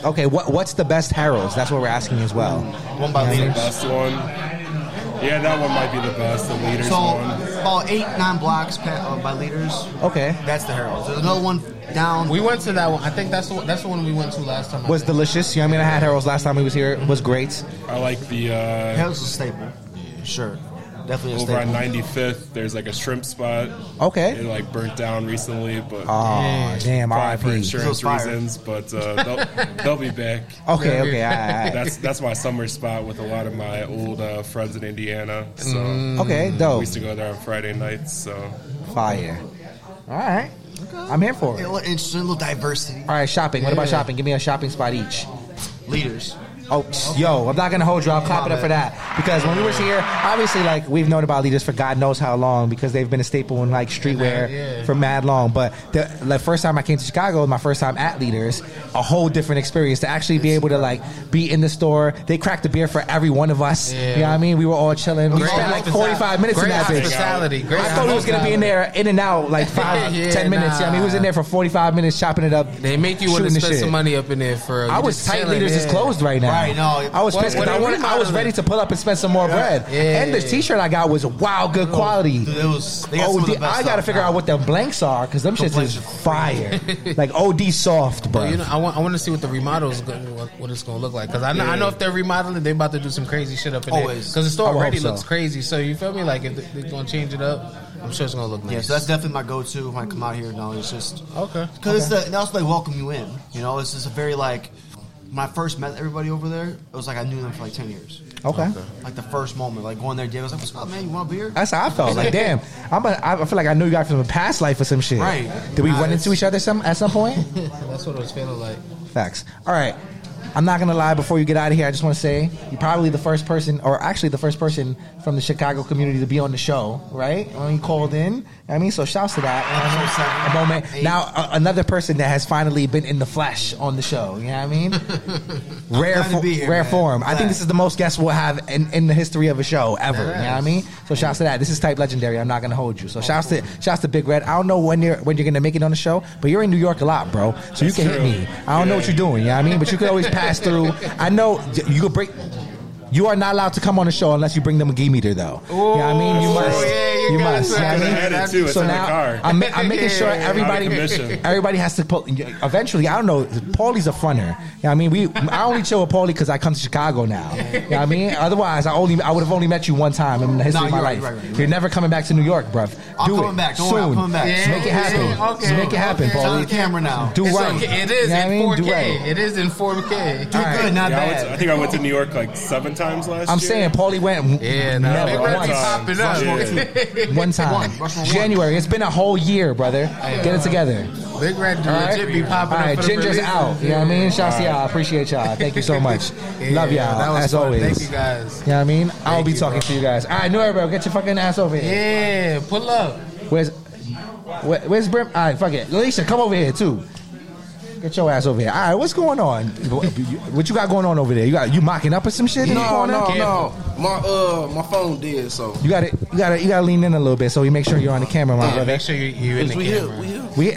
Okay, what what's the best Harold's? That's what we're asking as well. One by Leaders. Best one. Yeah, that one might be the best. The leaders So one. about eight, nine blocks pa- uh, by Leaders. Okay, That's the Herald. There's another one down. We went to that one. I think that's the one- that's the one we went to last time. I was think. delicious. You know, what I mean, I had Harold's last time he was here. It was great. I like the uh, Herald's a staple. Sure. Definitely a over on staple. 95th. There's like a shrimp spot. It Okay. like burnt down recently, but Oh damn, probably for R.I.P. insurance It was fire. reasons. But uh, they'll, they'll be back. Okay, okay, all right, all right. That's that's my summer spot with a lot of my old uh, friends in Indiana. So Okay, we dope. used to go there on Friday nights. So Fire. All right. I'm here for it. Yeah, All look, Interesting little diversity. right, shopping. What about Yeah. shopping? Give me a shopping spot each. Leaders. Oh, yo, I'm not gonna hold you. I'll clap it up for that because when we was here, obviously, like we've known about leaders for God knows how long because they've been a staple in like streetwear Yeah. for mad long. But the like, first time I came to Chicago, my first time at Leaders, a whole different experience to actually be able to like be in the store. They cracked a beer for every one of us. Yeah. You know what I mean? We were all chilling. We Great spent like hospitality. 45 minutes Great in that bitch. hospitality. Great I thought he was gonna be in there, in and out, like <laughs> five, Yeah, ten minutes. Yeah, I mean, he was in there for forty-five minutes chopping it up. They make you want to shooting the spend shit. some money up in there for. I you was just tight. chilling, Leaders is yeah. closed right now. right, no. I was Well, pissed 'cause when I, I wanted, I was remodeled ready it- to pull up and spend some more bread. Yeah, and the yeah, yeah. T-shirt I got was wow, good quality. Dude, it was. They got OD, some of the best I gotta stuff. figure out what the blanks are because them shits <laughs> is fire. like OD soft, But bro. you know, I want, I want to see what the remodel is going, what, what it's going to look like because I know, I know if they're remodeling, they're about to do some crazy shit up in there Always. because the store I would already hope so. looks crazy. So you feel me? Like if they- they're going to change it up, I'm sure it's going to look nice. Yeah, so that's definitely my go-to when I come out here. No, it's just okay. because it's the and also they welcome you in. You know, it's just a very like when I first met everybody over there. It was like I knew them for like ten years. okay. Like the first moment, like going there, Dave was like, "What's up, man? You want a beer?" That's how I felt. <laughs> <laughs> Like, damn, I'm a, I feel like I knew you guys from a past life or some shit. Right. Did we Nah, run into it's- each other some at some point? <laughs> That's what it was feeling like. Facts. All right. I'm not gonna lie. Before you get out of here, I just want to say you're probably the first person, or actually the first person from the Chicago community to be on the show, right? When you called in, I mean, so shouts to that. Episode a seven, moment. eight. Now, a- another person that has finally been in the flesh on the show. You know what I mean? <laughs> rare, glad to fo- be here, rare man. form. I think Glad. this is the most guests we'll have in, in the history of a show ever. You know what I mean? So shouts to that. This is type legendary. I'm not gonna hold you. So shouts to shouts to Big Red. I don't know when you're when you're gonna make it on the show, but you're in New York a lot, bro. So you That's can hit true. me. I don't know what Yeah. you're doing. You know what I mean? But you can <laughs> always pass through. I know you could break. You are not allowed to come on the show unless you bring them a game meter, though. you know what I mean? You Ooh, must. yeah, you you gotta must. You know what I send it. mean? I had it, too. It's so in the now car. I'm, ma- I'm making <laughs> sure Out of everybody commission. <laughs> everybody has to pull. Eventually, I don't know. Paulie's a funner. You know what I mean, we. I only chill with Paulie because I come to Chicago now. You know what I mean? Otherwise, I only I would have only met you one time in the history Nah, of my you're right, life. you're right, you're You're never coming back to New York, bruv. I'm Do coming it back. Don't soon. worry, I'm coming back. Just Make it Yeah, happen. yeah, Just okay, make it happen, okay. Turn the Paulie. camera now. Do It's right. okay. It is You know what I in mean? Do 4K. right. It is in 4K. Do good, not Yeah, I, went bad. to- I think I went to New York like seven times last year. I'm saying Paulie went Yeah, no, never Big one Red be time. popping up. <laughs> Rushmore one time. Rushmore <laughs> one. January. It's been a whole year, brother. Get it together. Big Red All legit be popping All up. right, for the Ginger's releases. out. You know what I mean? Shouts to y'all. Appreciate y'all. Thank you so much. <laughs> Yeah, Love y'all, that was as fun. always. Thank you guys. You know what I mean? I'll be you, talking bro. to you guys. All right, New Era, bro. Get your fucking ass over here. Yeah, pull up. Where's where, where's Brim? All right, fuck it. Alicia, come over here too. Get your ass over here. All right, what's going on? What you got going on over there? You got you mocking up or some shit? in the No, corner? no, Careful. no. My uh, my phone did so. You got to you got to you got to lean in a little bit so you make sure you're on the camera, my brother. Make sure you- you're in the We here, we camera. here. We,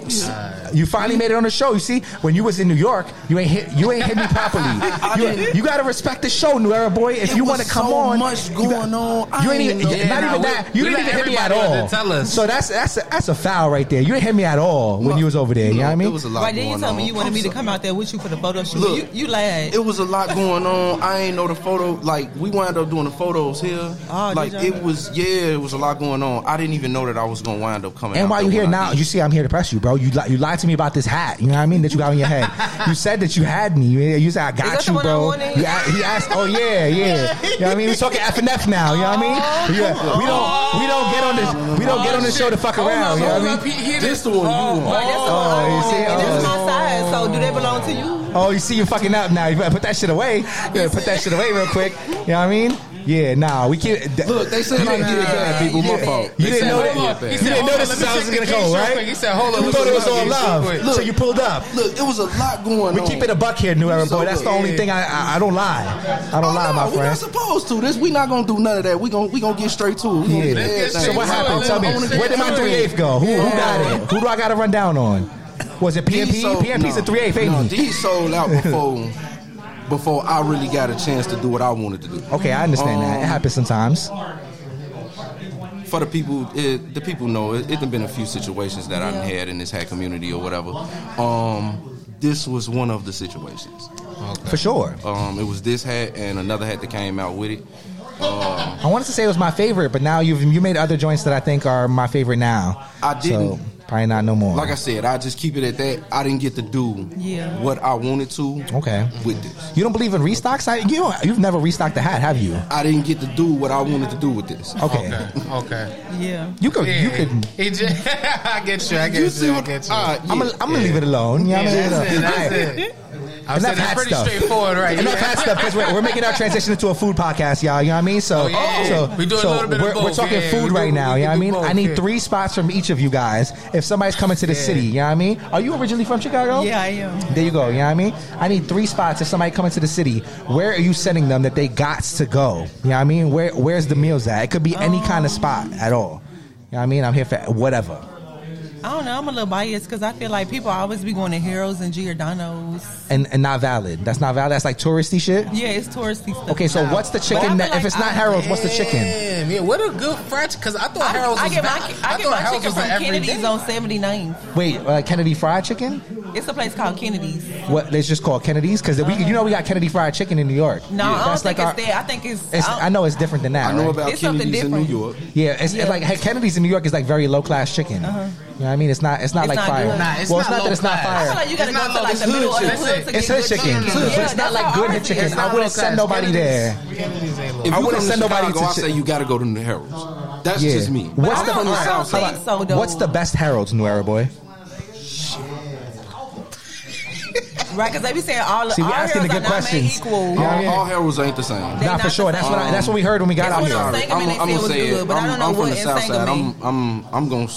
you finally made it on the show. You see, when you was in New York, you ain't hit you ain't hit me <laughs> properly. You, didn't- you gotta respect the show, New Era boy. If It you was want to come so on, much you got- going on. I You ain't even didn't know. yeah, not Yeah, even nah, that. we- You we didn't let even hit me at everybody all. else tell us. So that's that's a, that's a foul right there. You didn't hit me at all when you was over there. You know what I It mean? was a lot Why going didn't you tell me on. you wanted I'm me to so- come out there with you for the photo shoot? Look, you, you lied. It was a lot going on. I ain't know the photo. Like we wind up doing the photos here. Oh, did like y'all? it was, yeah, it was a lot going on. I didn't even know that I was gonna wind up coming. And out while there you here when I now, did. you see I'm here to press you, bro. You li- you lied to me about this hat. You know what I mean? That you got on your <laughs> head. You said that you had me. You, you said I got that the you, one I bro. wanted? You a- he asked, oh yeah, yeah. You know what I <laughs> mean? We talking F and F now. You know what I Oh, mean? Yeah. We don't we don't get on this we don't get on this show to fuck Oh, around. You know what I mean? This the one you want. Right, that's the Oh, one I you want. see? And this is Oh. my size. So do they belong to you? Oh, you see, you fucking up now. You better put that shit away. You better put that shit away real quick. You know what I mean? Yeah, nah, we can't. th- Look, they said you I didn't- did it bad, people. My you fault. You They didn't said know I that. did it bad. You He said, didn't know "Hold this on, is let how me it was check the gonna keys go, real right? quick. He said, "Hold on, You let me thought it check was the keys all real quick." love, so Look. you pulled up. Look, it was a lot going We on. keep it a buck here, New Era So boy. That's the only good. thing I I, I don't lie. I don't lie, Oh, no, my we friend. not supposed to. This we not gonna do none of that. We gonna we gonna get straight to it. We gonna do Yeah. everything. So what happened? Tell me, I wanna get where did my to it. three eighth go? Who, who got it? Who do I got to run down on? Was it These PMP? sold- PMP's no, a three eighth, ain't no, he? these sold <laughs> out before before I really got a chance to do what I wanted to do. Okay, I understand that. Oh. It Um, happens sometimes. For the people, it, the people know it. It's been a few situations that I've had in this hack community or whatever. Um, this was one of the situations. For sure. Um, it was this hat and another hat that came out with it. Um, I wanted to say it was my favorite, but now you've you made other joints that I think are my favorite now. I So didn't- probably not no more. Like I said, I just keep it at that. I didn't get to do Yeah. what I wanted to. Okay. With this, you don't believe in restocks? I, you you've never restocked the hat, have you? I didn't get to do what I wanted to do with this. Okay. Okay. Yeah. You could Yeah. you could. He just, <laughs> I get you. I get you. You see I what? get you. All right, I'm gonna yeah. I'm gonna leave it alone. You know yeah, what I that's it. mean? That's All right. it. I'm saying Enough that's hat pretty stuff. straightforward, right? Enough hat stuff <laughs> because we're, we're making our transition into a food podcast, y'all. You know what I mean? So, Oh, yeah. so We do a so little bit of we're, we're both. talking Yeah, food we do- right now. we You know what I do mean? both, I need yeah. three spots from each of you guys. If somebody's coming to the city, you know what I mean? Are you originally from Chicago? Yeah, I am. There you go. You know what I mean? I need three spots if somebody coming to the city. Where are you sending them that they got to go? You know what I mean? Where Where's the meals at? It could be any kind of spot at all. You know what I mean? I'm here for whatever. I don't know. I'm a little biased because I feel like people always be going to Heroes and Giordano's. and, and not valid. That's not valid. That's like touristy shit. Yeah, it's touristy stuff. Okay, so now. what's the But chicken I feel that- if it's not Harold's, what's the chicken? Damn, yeah, what a good French. Because I thought Harold's I was get my, back. I get thought my Harold's chicken was from an everyday. Kennedy's on 79th. Wait, uh, Kennedy Fried Chicken? It's a place called Kennedy's. What? Let's just call it Kennedy's because we, you know, we got Kennedy Fried Chicken in New York. No, I don't That's think like it's there. I think it's. It's, I don't- I know it's different than that. I know right? about It's something Kennedy's in New different. York. Yeah, it's, it's Yeah. Uh-huh. like hey, Kennedy's in New York is like very low class chicken. You know what I mean? It's not. It's not It's like not fire. good. Nah, it's well, it's not not that it's not low-class. I fire. feel like you gotta It's go not to like low- the middle of the it's hood hood to chicken. get It's her good chicken. chicken. So Yeah, it's not that's like how good ours hit is. chicken. It's I not wouldn't low-class. send nobody there. Kennedy's ain't low. If I you wouldn't come to send nobody Chicago, to I chi- say you got to go to New Harold's. That's Yeah. just me. What's I'm the- from the I don't South Side. think so though. What's the best Harold's, Nuera boy? <laughs> right? Because they be saying all See, we all asking Harold's are the good not made questions. equal. Yeah, All, yeah. all Harold's ain't the same. They Nah, for not sure. the That's what I, same. that's what we heard when we got That's out what I'm here. saying. Sangamon, they said was good, but I don't know I'm what from the in South Side. Sangamon. I'm I'm I'm going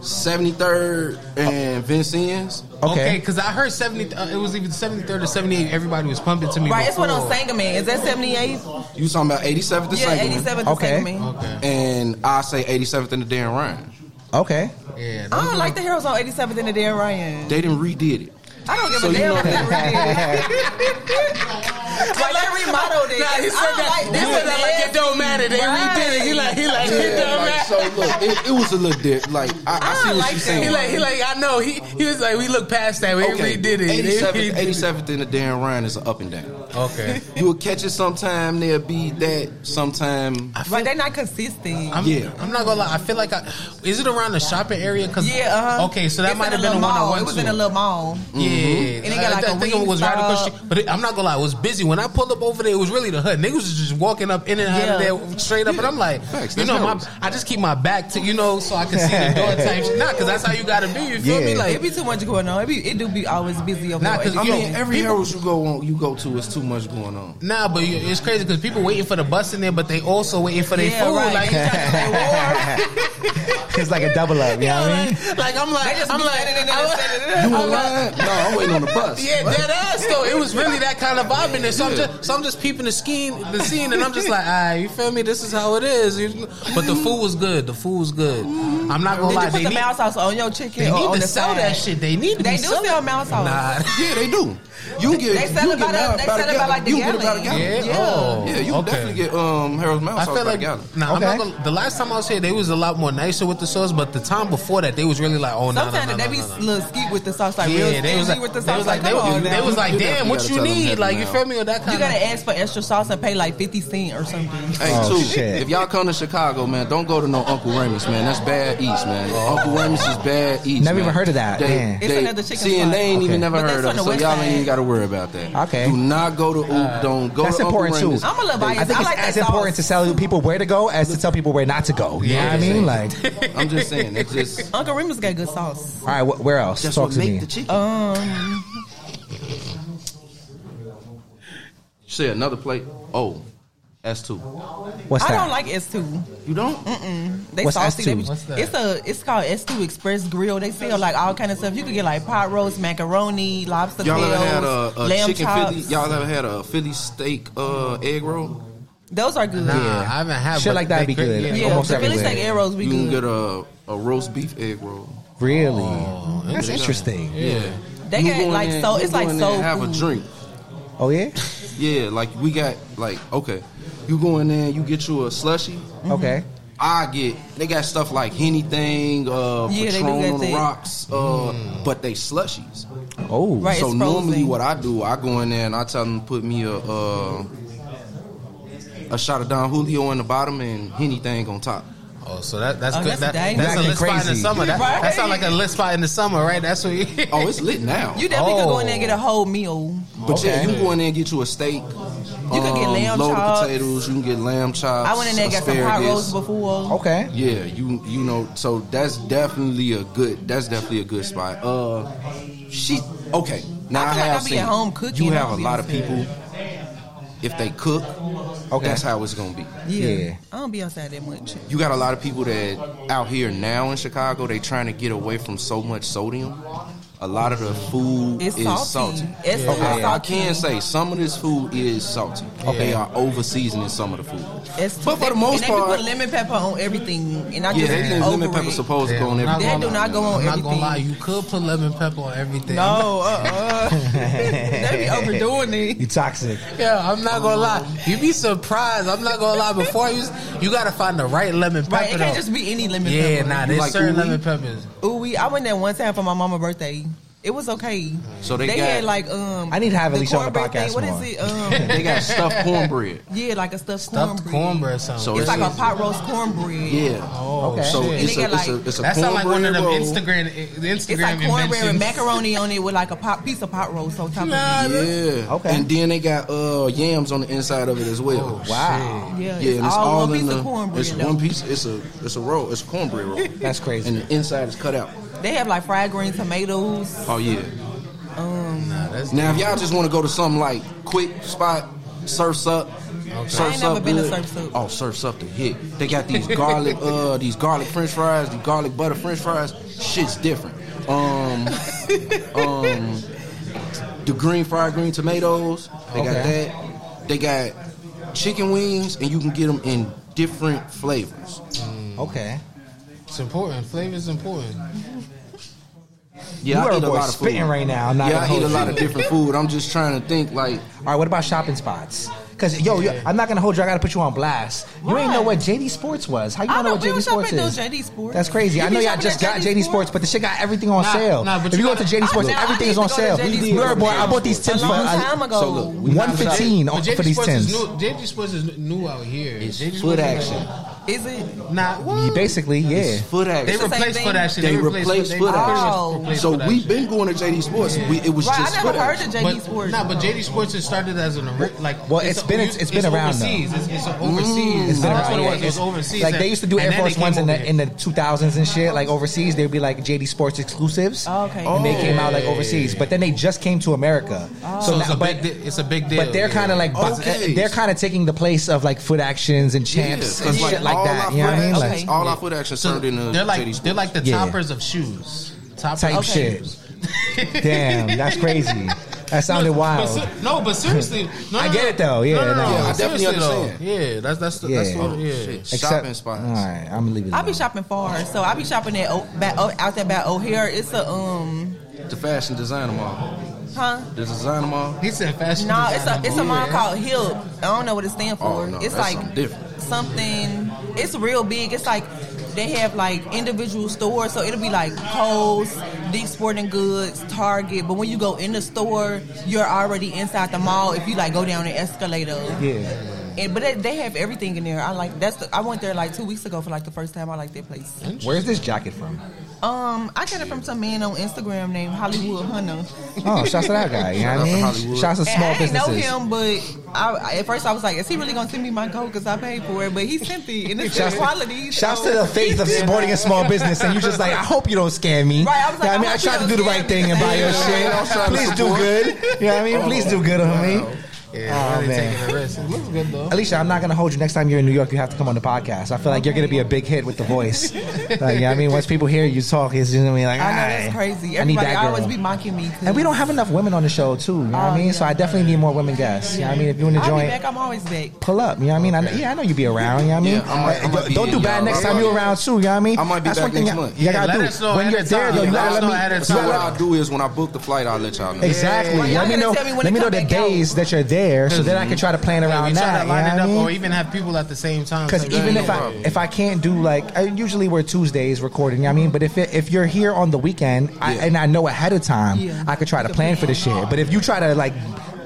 73rd and Vincennes. Okay, Okay. because I heard seventy. Uh, it was even seventy third or seventy eight. Everybody was pumping to me. Right, it's before. one on Sangamon. Is that 78? You talking about 87th and Yeah, Sangamon. 87th Okay. okay. Sangamon. Okay. And I say 87th and the Dan Ryan. Okay. Yeah. I those don't were- like the Heroes on 87th and the Dan Ryan. They didn't redid it. I don't give So a you damn know what <laughs> that- that is. Like they remodeled it. Nah, he I said don't that. like he said that like it don't matter. They redid it. He like he like it Yeah, don't like, matter. so look, it, it was a little different. Like I, I, I see what like you're that. saying. He Ah, like he like I know. He he was like we look past that. We okay, redid it. They <laughs> 87th, redid it. 87th and the Dan Ryan is an up and down. Okay. You'll catch it sometime. There'll be that sometime. Right, they're not consistent. I'm, Yeah. I'm not gonna lie. I feel like I is it around the shopping area? Cause Yeah, uh-huh. Okay, so that It's might have in a been the little one I mall. went It was to. in a little mall. Mm-hmm. Yeah, And it got I- like I a think it was right across. Wingstop. the street. But it, I'm not gonna lie, it was busy when I pulled up over there. It was really the hood. Niggas was just walking up in and out Yeah. of there, straight up. And I'm like, Facts, you that's know, my, Harold's. I just keep my back to you know, so I can see the door type. shit. Nah, because that's how you gotta be. You feel me? Yeah. It Like, be too much going on. It, be, it do be always busy over Nah, there. 'cause I Yo, mean, every people- Harold's you go on, you go to is too much going on. nah, but you, it's crazy because people waiting for the bus in there, but they also waiting for their Yeah, food. right. Like, You trying <laughs> to stay warm. It's like a double up. You know what I mean? <laughs> like, like, I'm like, They just I'm be like, standing in there I'm and like- standing in there. You in line? No, I'm waiting on the bus. Yeah, dead ass though. It was really that kind of vibe in there. So I'm Yeah. just, so I'm just peeping the scheme, the scene, and I'm just like, ah, you feel me? This is how it is. You- But the food was good. The food was good. I'm not gonna Did lie. you put They the need, mouse sauce on your chicken they or need on to the sell side? that shit. They need to They be do selling- sell mouse sauce. Nah. <laughs> Yeah, they do. You get They sell you it by get the- mine they about sell it by, like, the you get gallon. about a gallon. Yeah. Yeah. Oh. Yeah, you okay. definitely get um Harold's Mouse I Sauce feel by the like gallon. nah, I'm not Okay. gonna, the last time I was here, they was a lot more nicer with the sauce. But the time before that, they was really like, oh no, no, Sometimes no, no, they no, be no. little skeet with the sauce, like real Yeah, skeet they was like, with they the was sauce. like, Like, they come was on they now. was like, You gotta- damn, you what gotta you tell them need? that Like, you now. feel me? Or that you kind of. gotta ask for extra sauce and pay like fifty cent or something. Hey, Oh, too, shit. if y'all come to Chicago, man, don't go to no Uncle Ramus, man. That's bad east, man. Uncle Ramus is bad east. Oh. Never man. even heard of that, man. It's another chicken See, and spot. they ain't even Okay. never But that's heard of on it, the so west y'all side. Uh, ain't even got to worry about that. Okay. Do not go to Oop. Don't go That's to Uncle important too. Ramus. I'm a little biased. I I, think it's like that as important to sauce. tell people where to go as to tell people where not to go. You know what I mean? <laughs> Like, I'm just saying, it's just Uncle Remus got good sauce. all right, wh- where else? that's Talk what to make me. the chicken. Um, Say another plate. Oh, that's two. What's I that? don't like S two. You don't? They What's saucy. They S2? be- What's that? It's a it's called S two Express Grill. They sell like all kind of stuff. You could get like pot roast, macaroni, lobster Y'all ever tails, had a, a lamb chicken chops. Philly? Y'all ever had a Philly steak uh, egg roll? Those are good. Nah, I haven't had Shit but like that they be good. great, Yeah, Almost the Philly everywhere. steak arrows we You can good. get a a roast beef egg roll. really. Oh, Oh, That's interesting. Yeah. They You got, go in like, there- soul- you it's go like in there and soul Have food. a drink. Oh yeah. Yeah, like we got like okay, you go in there, and you get you a slushy. Mm-hmm. Okay. I get they got stuff like Henny thing, uh, Yeah, they do Patron got on the that. Mm-hmm. rocks, uh, but they slushies. Oh. Right. so it's normally frozen. what I do, I go in there and I tell them to put me a uh, a shot of Don Julio in the bottom and Henny thing on top. Oh, so that, that's Oh, good. that's That, dank. that's a Black lit and spot in the crazy. summer. That, Right. that sounds like a lit spot in the summer, right? That's what. You, Oh, it's lit now. You definitely could go in Oh. there and get a whole meal. but yeah, Okay. you go in there and get you a steak. um, You could get lamb loaded chops. potatoes. You can get lamb chops. I went in there and got some pot asparagus. roast before. Okay. Yeah, you you know, so that's definitely a good that's definitely a good spot. Uh she okay. Now I I, feel like have I be seen at home cooking, you have I'll a be lot of upset. people if they cook, Okay. that's how it's gonna be. Yeah. Yeah. I don't be outside that much. You got a lot of people that out here now in Chicago, they trying to get away from so much sodium. a lot of the food It's is salty. salty. It's okay, still I salty. can say some of this food is salty. Okay. They are over seasoning some of the food. It's too, But for the they- and most they part- be putting lemon pepper on everything, and I Yeah, just they think lemon over pepper it. supposed to go on I'm not everything. That do not go on I'm not gonna everything. lie, you could put lemon pepper on everything. No, <laughs> uh, they be overdoing it. You toxic. Yeah, I'm not gonna lie. You'd be surprised. I'm not gonna lie. Before you, you gotta find the right lemon pepper. right? It though. can't just be any lemon yeah, pepper. nah, there's like certain ooey? lemon peppers. Ooh, we I went there one time for my mama's birthday. It was okay. So they got- had like um. I need to have the Alicia on the cornbread podcast Thing. What more. is it? Um, <laughs> They got <laughs> stuffed cornbread. yeah, like a stuffed, Stuffed cornbread. cornbread or something. So It's like a It's- pot roast cornbread. Yeah. Oh, okay. So shit. it's They a, got it's a like- it's a that sounds like one of cornbread them roll. Instagram eh, Instagram It's like cornbread with inventions. macaroni on it with like a pot piece of pot roast on top Nah, of it. Yeah. Okay. Oh, And then they got uh yams on the inside of it as well. Wow. Yeah, Yeah, it's, and it's all, all, one in piece the, of cornbread. It's though. one piece. It's a it's a roll. It's a cornbread roll, That's crazy. and the inside is cut out. They have like fried green tomatoes. Oh yeah. Nah, that's Now if y'all just want to go to something like quick spot, surfs up. Surfs I ain't never up been to good. Surf's Up. Oh, surfs up the hit. They got these garlic, uh, these garlic French fries, the garlic butter French fries. Shit's different. Um, um, the green fried green tomatoes. They got that. They got chicken wings, and you can get them in different flavors. Mm. Okay. it's important. Flavor's important. Yeah, you are I eat a boy lot of food. spitting right now. I'm not yeah, gonna I eat hold a lot you. of different food. I'm just trying to think like All right, what about shopping spots? Because, yo, yo, I'm not going to hold you. I got to put you on blast. You ain't know Why? what JD Sports was. How you I don't know know, what we JD don't shop Sports at no is? JD Sports. That's crazy. You I know be y'all shopping just at got JD JD Sports, Sports? but the shit got everything on sale. nah, but if you you go to gotta- JD Sports, I know, I everything need is on to go to sale. JD Blurred Sports. boy, I bought these A tins for long uh, time ago. so. Look, we one fifteen But on- JD for these Sports tins. is new. JD Sports is new out here. JD Sports foot is action. Is it? Like, nah, what? Basically, yeah. Foot They action. the same replaced thing. for that shit. They replaced replaced they foot action. replaced- replaced so foot we've action. been going to JD Sports. We, it was Right, just I foot never heard action. of JD But, Sports. Nah, but JD Sports it started as an ori- like. Well, it's been- a- it's- it's been around, though. overseas. It's, it's a overseas. It's been That's what around, it yeah. was. It was overseas. Like they used to do And Air then Force they Ones came in over the here. Oh. in the 2000s and shit. Like overseas, they'd be like JD Sports exclusives. Oh, okay. And they came out like overseas, but then they just came to America. So it's now- a but- big. di- It's a big deal. But they're kind of like bu- Okay. they're kind of taking the place of like foot actions and champs and 'cause, like, shit like all that. our You know what I mean? foot Like, <laughs> actions- all our foot action served in the they're JD like Sports. they're like the Yeah. toppers of shoes. Toppers Type of shit. <laughs> shoes. Damn, that's crazy. That sounded No, wild. But ser- no, but seriously, <laughs> no, I no, get no. it, though. Yeah, no, no, no, no. Yeah, I seriously, definitely though. understand. Yeah, that's that's the, Yeah. that's what. Oh, Yeah. Shit, Except- shopping spots. All right, I'm leaving. I be shopping far, so I be shopping at o- back, o- out there by O'Hare. It's a um, The fashion designer mall. huh? The designer mall. He said fashion. No, it's a design, it's a yeah. mall called Hill. I don't know what it stands for. Oh, no, it's that's like something different. something. It's real big. It's like they have like individual stores, so it'll be like Kohl's, Dick's Sporting Goods, Target. But when you go in the store, you're already inside the mall. If you like go down the escalator, Yeah. And, but they, they have everything in there. I like that's. The, I went there like two weeks ago for like the first time. I like that place. Where's this jacket from? Um, I got it from some man on Instagram named Hollywood Hunter. Oh, shouts to that guy. You know what I <laughs> mean? Shouts to And small I didn't know businesses. him, but I, I- at first I was like, is he really gonna send me my coat because I paid for it? But he sent the and it's good Shouts- quality. Shouts so- to the faith of supporting a small business, and you just like, I hope you don't scam me. Right, I was like, "Oh, You know what I mean, I hope tried you to do the don't right scam thing me. and buy your Yeah, I was shit. trying to Please do support. good. You know what I mean? Please do good on me. Yeah, Oh, really man. taking a risk. It looks good though. Alicia, I'm not gonna hold you. Next time you're in New York, you have to come on the podcast. I feel like you're gonna be a big hit with <laughs> the voice. like, you know what I mean, once people hear you talk, it's just gonna be like, I know "Aight, that's crazy. I need Everybody that girl. always be mocking me. 'cause- and we don't have enough women on the show too. You know what I mean? So I definitely need more women guests. You know what I mean? If you wanna I'll be join, back. I'm always back. pull up. You know what I mean? I know, yeah, I know you be around. You know what I mean? Yeah, I might- I Uh, might don't- be don't in, do bad y'all. next time you're around too. You know what I mean? I might be That's back one thing next I- month. You Yeah, gotta let do us know when at you're the there. time. Though, you Let gotta us let know me. at the you So gotta what let- I'll do is when I book the flight, I'll let y'all know. Exactly. Well, y'all let me gotta know. tell me when let it me know come the back out. days that you're there, so then I can try to plan Yeah, around we try that. to you know line what it I up, mean? or even have people at the same time. Because so even that- if I if I can't do like I usually we're Tuesdays recording, you know what I mean. But if it, if you're here on the weekend I, Yeah. and I know ahead of time, Yeah. I could try to plan for this shit. But if you try to like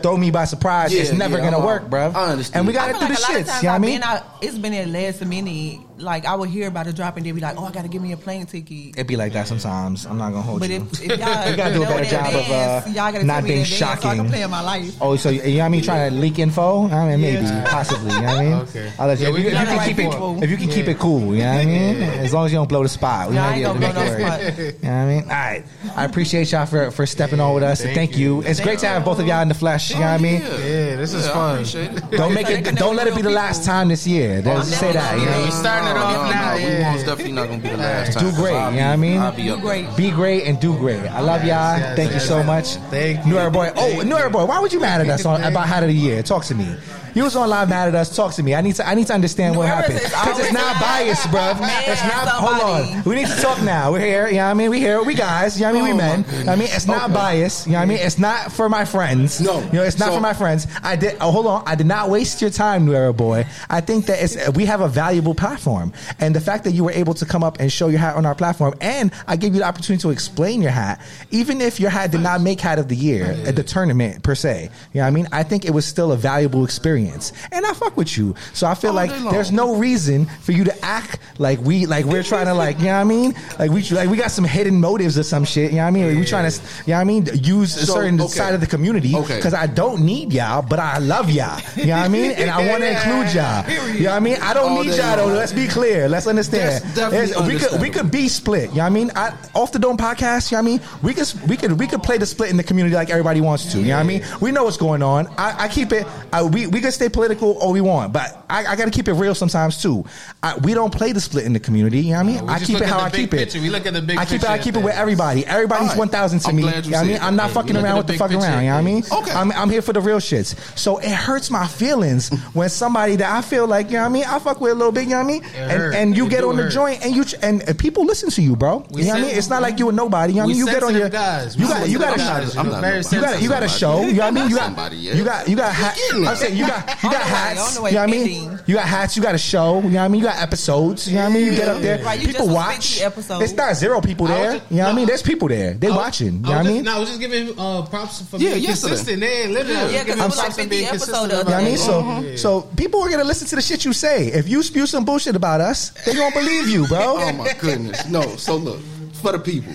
throw me by surprise, it's Yeah, never yeah, gonna I'm- work, bruv. I understand. And we I gotta feel do like the a lot of shits. times You know what I I've mean? been out, it's been at last minute. Like I would hear about a drop and they'd be like, oh, I gotta give me a plane ticket. It'd be like that sometimes. I'm not gonna hold But <laughs> you. if, if y'all We gotta do a know better in job of, advance, uh, y'all gotta not tell me being in advance So I shocking. can plan my life. Oh, so you know what I mean? Trying to leak info? I mean, maybe, possibly. You know what I <laughs> mean? Okay. I'll let you. Yeah, if, we you, if got the you can right keep it, people. if you can keep it cool, you know what <laughs> I mean? As long as you don't blow the spot, we Yeah, might I be able ain't to gonna make it blow no work. spot. <laughs> You know what I mean? All right. I appreciate y'all for for stepping on with us. and thank Oh, thank you. It's great to have both of y'all in the flesh. You know what I mean? yeah, this is Yeah, I fun. appreciate it. Don't make So they it. can Don't let it know be the real last people. time this year. I'm Just say definitely that. You know? gonna Yeah, we starting no, it off Oh, no, now. no. We yeah. won't definitely not gonna be the last time. Uh, Do 'cause great, I'll you be- know what I mean? I'll be up there. Great. Be great and do great. I love y'all. yes, Thank yes. you so much. Thank New you. Era Boy. Oh, Thank New Era Boy, why was you mad at us on, Thank about Hat of the Year? Talk to me. You was on live mad at us. Talk to me. I need to. I need to understand New what Era happened is because it's always not biased, bruv. mad It's at not. Hold on. somebody. We need to talk now. We're here. You know what I mean? We here. We guys. You know what I mean? Oh We men. You know what I mean, it's not biased. You know what I mean? It's not for my friends. No. You know, it's not So- for my friends. I did. Oh, hold on. I did not waste your time, New Era Boy. I think that it's we have a valuable platform, and the fact that you were able to come up and show your hat on our platform, and I gave you the opportunity to explain your hat, even if your hat did not make hat of the year at the tournament per se. You know what I mean? I think it was still a valuable experience, and I fuck with you. So I feel Oh, like there's no reason for you to act like we like we're trying to like you know what I mean? Like we like we got some hidden motives or some shit. You know what I mean? Like we trying to you know what I mean? Use a So, certain okay. side of the community Okay. because I don't need y'all, but I love y'all. You know what I mean? And I <laughs> want to include y'all. You know what I mean? I don't All need day y'all though. long. Let's be clear. Let's understand. That's definitely There's- we could we could be split. You know what I mean? I, off the dome podcast. You know what I mean? We could we could we could play the split in the community like everybody wants to. You know what I mean? We know what's going on. I, I keep it. I, we we could stay political all we want, but I, I got to keep it real sometimes too. I, we don't play the split in the community. You know what I mean? we I just keep look at it how the I big keep it. picture. We look at the big I keep it. I picture keep it of with things. everybody. Everybody's Alright. one thousand to I'm me. glad you know what I said mean? that. I'm not Yeah, fucking you look around at with the the big fuck picture around. You know what I of mean? Okay. I'm, I'm here for the real shits. So it hurts my feelings when somebody that I feel like you know what I mean. I fuck with a little bit. You know what I mean? And, hurt. and you It get do on the hurt. joint and you ch- and uh, people listen to you, bro. We you know what I mean? sensitive. It's not like you a nobody. You know what I mean? We You get on your sensitive guys. You We got you got sensitive a guys. I'm You not know, very nobody. you got a, you got a show. You know what I mean? You got Somebody, yeah. you got you got hat. Getting I'm there. saying you got you On the way, on got hats. the You know way, what I mean? ending. You got hats. You got a show. You know what I mean? You got episodes. You know what I mean? You get up there. Right, you people just was watch. 50 episodes. It's not zero people I was there. just- You know what I no. mean? There's people there. They I was- watching. You I was know what I just- mean? No, I was just giving him, uh, props for Yeah, being yesterday. consistent. Yeah, literally. I was Yeah, 'cause giving it him was props like for 50 being episodes consistent of about You know what I it. mean? So, uh-huh. so people are gonna listen to the shit you say. If you spew some bullshit about us, they gonna believe you, bro. <laughs> Oh my goodness. No, so look, for the people.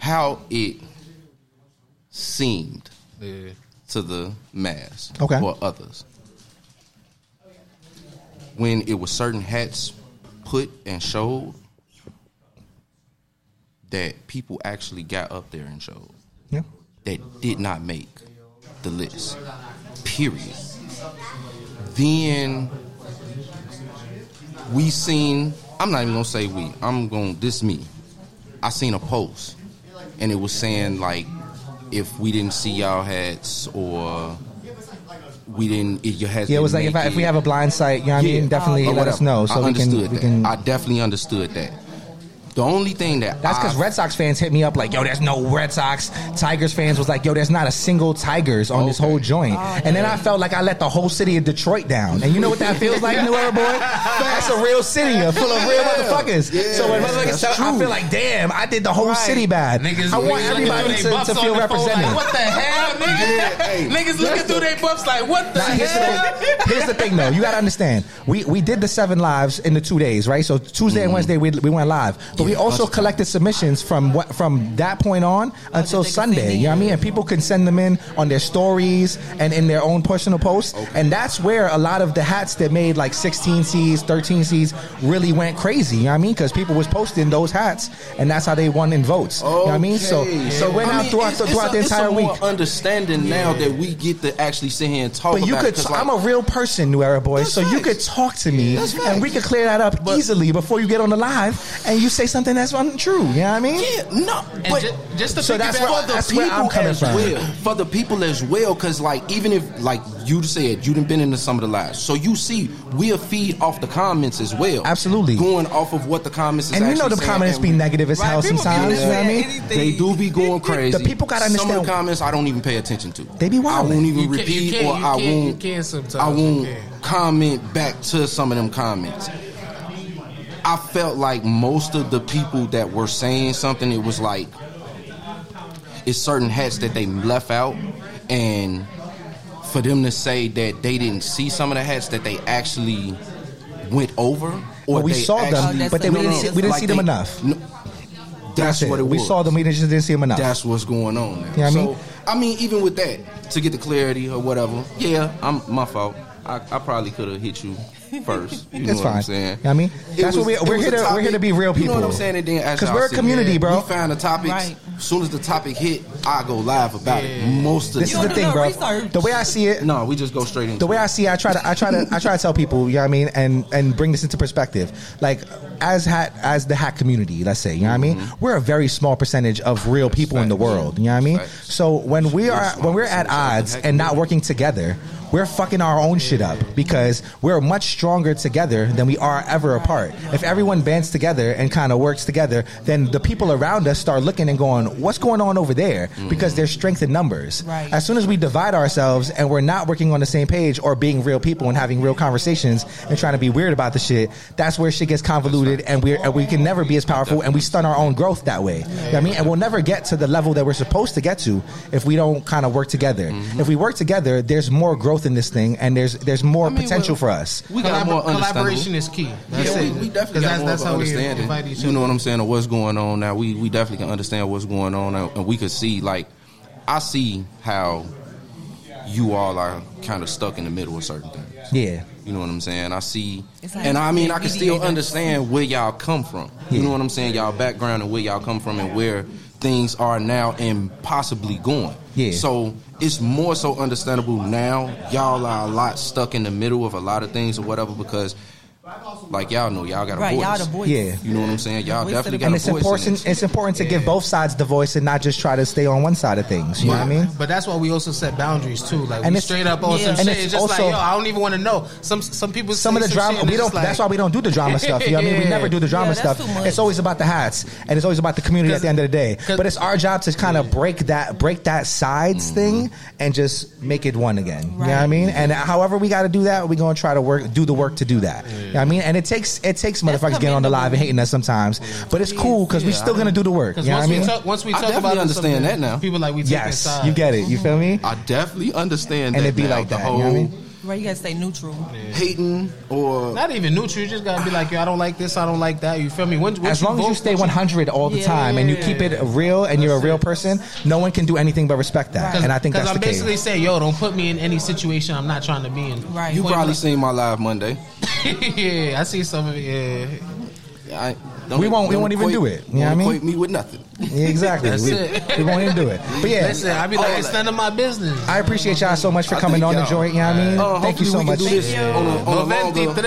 How it seemed to the mass Okay. or others. When it was certain hats put and showed that people actually got up there and showed Yeah. that did not make the list. Period. Then we seen I'm not even gonna say we, I'm gonna this me. I seen a post and it was saying like if we didn't see y'all hats or we didn't if your hats Yeah, it was like if, didn't I, make if we it have a blind sight, you know what I Yeah. mean? Definitely or let us whatever. know so I we can understood we that. can. I definitely understood that. The only thing that That's because I- Red Sox fans hit me up like, yo, there's no Red Sox. Tigers fans was like, yo, there's not a single Tigers on this Okay. Ah, whole joint. and then I felt like I let the whole city of Detroit down. And you know what that feels like, New Era Boy? <laughs> That's a real city uh, full of real motherfuckers. so when motherfuckers that's tell, I true. feel like, damn, I did the whole city bad. Niggas, I want niggas everybody looking to, through they buffs to on feel the phone represented. Like, what the hell, nigga? Yeah, hey. Niggas looking through their buffs like, what the Now, here's, the hell? thing, here's the thing, though. You got to understand. We we did the seven lives in the two days, right? So Tuesday Mm. and Wednesday we, we went live, but we also collected submissions from what from that point on until they could send Sunday. in. You know what I mean? And people can send them in on their stories and in their own personal posts, and that's where a lot of the hats that made like 16 C's, 13 C's really went crazy. You know what I mean? Because people was posting those hats, and that's how they won in votes. You know what I mean? So Okay. so it went I out mean, throughout it's- it's throughout a- the it's a entire week. more Understanding now that we get to actually sit here and talk. But you about it, could. 'cause, I'm a like, real person, Nuera boy. That's So you facts. could talk to me, That's and we facts. could clear that up But- easily before you get on the live, and you say something that's untrue. You know what I mean? yeah, no, And but ju- just to So piggyback- that's why- for the that's where people I'm coming as from. well, for the people as well, because like even if like you said you done been into some of the lives, so you see we'll feed off the comments as well. Absolutely. going off of what the comments is. And you know actually the saying, comments and be we- negative as Right, hell people be sometimes. You know what I saying mean? anything. They do be going crazy. The people gotta Some of understand- the comments I don't even pay attention to. They be I wildin'. won't even You can't- you repeat can't- or you I can't- you won't. can sometimes, I you won't can. comment back to some of them comments. I felt like most of the people that were saying something, it was like it's certain hats that they left out, and for them to say that they didn't see some of the hats that they actually went over, or But we they saw actually- them, but then we No, didn't no, see, no. we didn't like see them they- enough. No, that's, it. what it We was. saw them, we just didn't see them enough. That's what's going on. Now. Yeah, I so, mean- I mean, even with that, to get the clarity or whatever, yeah, I'm my fault. I, I probably could have hit you first. You know It's what fine. I'm saying? I mean, It that's what we- it we're here a to- we're here to be real You know people. what I'm saying? And then, as 'Cause y'all we're a sit community, here, bro. We find the topics Right. soon as the topic hit, I go live about it. Most of This is time. the thing, bro. The way I see it, No, we just go straight into the way I see, it, I try to, I try to, I try to tell people, you know what I mean, and and bring this into perspective. Like as hat, as the hack community, let's say, you know what I mean, we're a very small percentage of real people in the world, you know what I mean. So when we are when we're at odds and not working together, we're fucking our own shit up because we're much stronger together than we are ever apart. If everyone bands together and kind of works together, then the people around us start looking and going, "What's going on over there?" Because there's strength in numbers. Right. As soon as we divide ourselves and we're not working on the same page or being real people and having real conversations and trying to be weird about the shit, that's where shit gets convoluted and we and we can never be as powerful and we stun our own growth that way. You know what I mean, and we'll never get to the level that we're supposed to get to if we don't kind of work together. Mm-hmm. If we work together, there's more growth in this thing and there's there's more potential for us. We Collabor- got more collaboration understandable. is key. That's yeah, we, it. we 'Cause definitely got that's, more that's of an how we understanding. invite each other. You know what I'm saying? Of what's going on now? We we definitely can understand what's going on, and, and we could see like I see how you all are kind of stuck in the middle of certain things. Yeah. You know what I'm saying? I see, It's like and I mean, I being can still mediator. understand where y'all come from. You Yeah. know what I'm saying? Y'all background and where y'all come from and where things are now and possibly going. Yeah. So it's more so understandable now. Y'all are a lot stuck in the middle of a lot of things or whatever because, like y'all know, y'all got a Right, voice. y'all the voice. Yeah. You know what I'm saying? Y'all Voice of definitely the- got And a it's voice. in important. it. It's important to give both sides the voice and not just try to stay on one side of things. You know what I mean? But that's why we also set boundaries too. Like And we it's- straight up on yeah. some And shit. it's It's just also- like yo, I don't even want to know. Some some people some of say the drama shit and we it's don't like- that's why we don't do the drama stuff you know what i mean we Yeah. never do the drama Yeah, that's too stuff much. it's always about the hats and it's always about the community at 'Cause- the end of the day 'cause- but it's our job to kind of break that break that sides Mm-hmm. thing and just make it one again you know what i Right. mean and however we got to do that we're going to try to work do the work to do that you know what i mean and it takes it takes motherfuckers getting on the live and hating us sometimes but it's cool because we're still going to do the work you 'Cause know what i once, mean we talk, once we I talk definitely about it, understand something, that now. People like we take yes inside. you get it you feel me I definitely understand And that it be now, like the that, you know whole what I mean? Right, you gotta stay neutral. hating uh, or Not even neutral. You just gotta be like, yo, I don't like this. I don't like that. You feel me? Once, once as long as you vote- stay 100 all the Yeah, time and you yeah, keep it real and you're a real person no one can do anything but respect that and i think that's I'm the case basically saying, yo, don't put me in any situation I'm not trying to be in. Right. you Point probably blank. seen my live Monday. <laughs> yeah, I see some of it. Yeah. I, don't- We won't- we don't won't even equate- do it. You know what I don't mean? equate me with nothing. <laughs> Yeah, exactly. That's we, it. we won't even do it. But yeah, Oh, Listen, I be all like, it's that. none of my business. I appreciate y'all so much for I coming think on the y'all- joint. You know what I mean? Uh, Thank you so hopefully we much. can do this on a- on a longer- 93.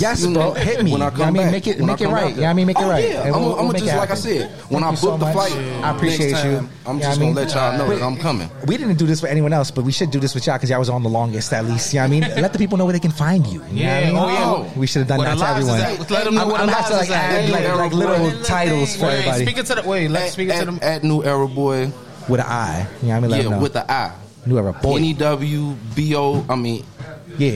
Yes, You bro. know, Hit me. When I You know come what I mean, back, make it when I make it come right. back. You know what I mean, make it Oh, right. And yeah. I'm, we'll- gonna- I'm we'll gonna make just it like happen. I said, when Thank I you book so the much. flight, I appreciate next you. You time, I'm know what I just mean? gonna let y'all know that I'm coming. We didn't do this for anyone else, but we should do this with y'all because y'all was on the longest, at least. You know what I mean? Let the people know where they can find you. you know what I Yeah, mean? oh, yeah. We should have done Where that the to lives is everyone. at. Let 'em know I'm where the gonna have to like lives is at. add like, like little titles for Wait, everybody speak it to the wait. Let's At, speak it to at, the at New Era Boy, with an I. You know what I mean? Let yeah, 'em know. with the I. New Era N E Boy. W B O. I mean, Yeah.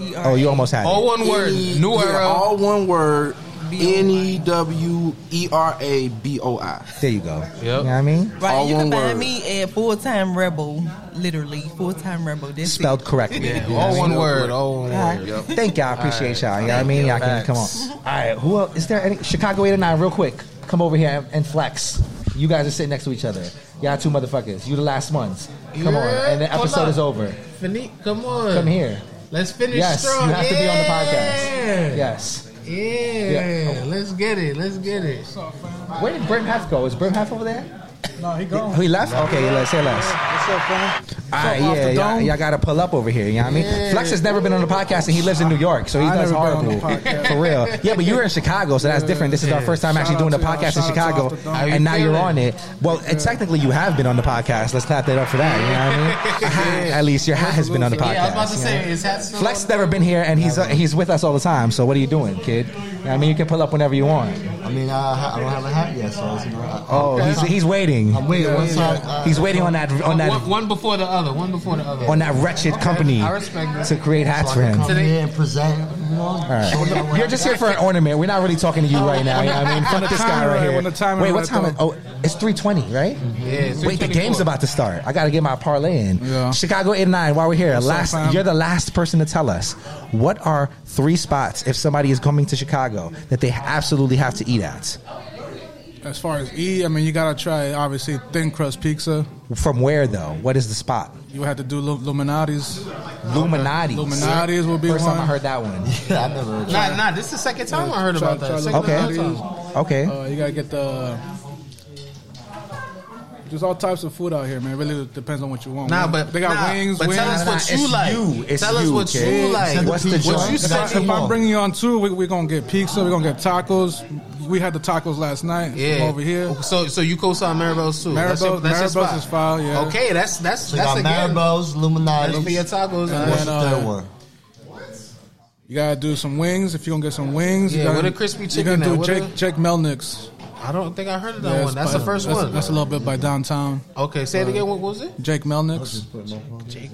E Oh, you almost had it. all one word. N-E- New E, yeah, era. all one word. N E W E R A B O I. There you go. You know what I mean? Right, All you can one find word. me at full time rebel, literally full time rebel. That's it. Spelled correctly. You know what I All mean? one word. All one All Uh-huh. word. right. Thank y'all. Appreciate y'all. You know what I mean? Y'all can come on. All right. Who else? Is there any? Chicago 89, real quick. Come over here and- and flex. You guys are sitting next to each other. Y'all two motherfuckers. You the last ones. Come on. Yeah. And the Hold episode up. is over. Fini- Come on. Come here. Let's finish Yes. strong. You have to be on the podcast. Yeah. Yes. Yeah. Yeah. Let's get it. Let's get it. Where did Brim Hef go? Is Brim Hef over there? No, he gone. He left? Okay, let's say less. All right, yeah, y'all, y'all gotta pull up over here. You know what I mean? Flex has never been on the podcast, and he lives in New York, so he does horrible <laughs> for real. Yeah, but you were in Chicago, so that's different. This is our first time actually doing the podcast in Chicago, and now you're on it. Well, and technically, you have been on the podcast. Let's clap that up for that. You <laughs> know what I mean? At least your hat has been on the podcast. Yeah, I was about to you know? say, is that still Flex never been here, and he's uh, he's with us all the time. So what are you doing, kid? You know what I mean, you can pull up whenever you want. I mean, I, I don't have a hat yet, so it's, you know, I, Oh, he's he's waiting. I'm waiting. One time, uh, He's waiting on that on Oh, one, that one before the other? One before the other. on that wretched company I respect that. to create hats I for can him. come Today- here and present. You know, show y'all what You're I just here for an ornament. We're not really talking to you right now. You know <laughs> what I mean, fuck this guy timing right right, here. when the timing Wait, right, what time? though. Is, oh, it's three twenty, right? Yeah, Wait, the game's about to start. I got to get my parlay in. Yeah. Chicago eight nine. While we're here, What's up, last fam? you're the last person to tell us what are three spots if somebody is coming to Chicago that they absolutely have to eat at. As far as E, I mean, you gotta try obviously thin crust pizza. From where though? What is the spot? You have to do Lu- Luminati's. Luminati. Luminati's will be First one. time I heard <laughs> that one. got. I never. Nah, nah. This is the second time I heard about that. Second Uh, Okay. time. Okay. Uh, you gotta get the. There's all types of food out here, man. It really depends on what you want. Nah, man. but they got nah, wings. But wings. tell us what you like. tell us what you like. what you said If you I'm want. bringing you on tour, we're we gonna get pizza. We're gonna get tacos. We had the tacos last night. yeah. Come over here. So so you co-sign Maribel's too. That's your- Maribel, that's your Maribel's spot. is file. Yeah. Okay, that's that's So you that's got again. Maribos, Illuminati. That's for your tacos. And What's then, the uh, Third one. You gotta do some wings. If you gonna get some wings, Yeah, you gotta, with a crispy You're chicken gonna now, do with Jake Jake Melnick's. I don't think I heard of that Yeah, one. it's That's by- the first that's- one. That's a little bit by downtown. okay, say it again. What was it? Jake Melnick's.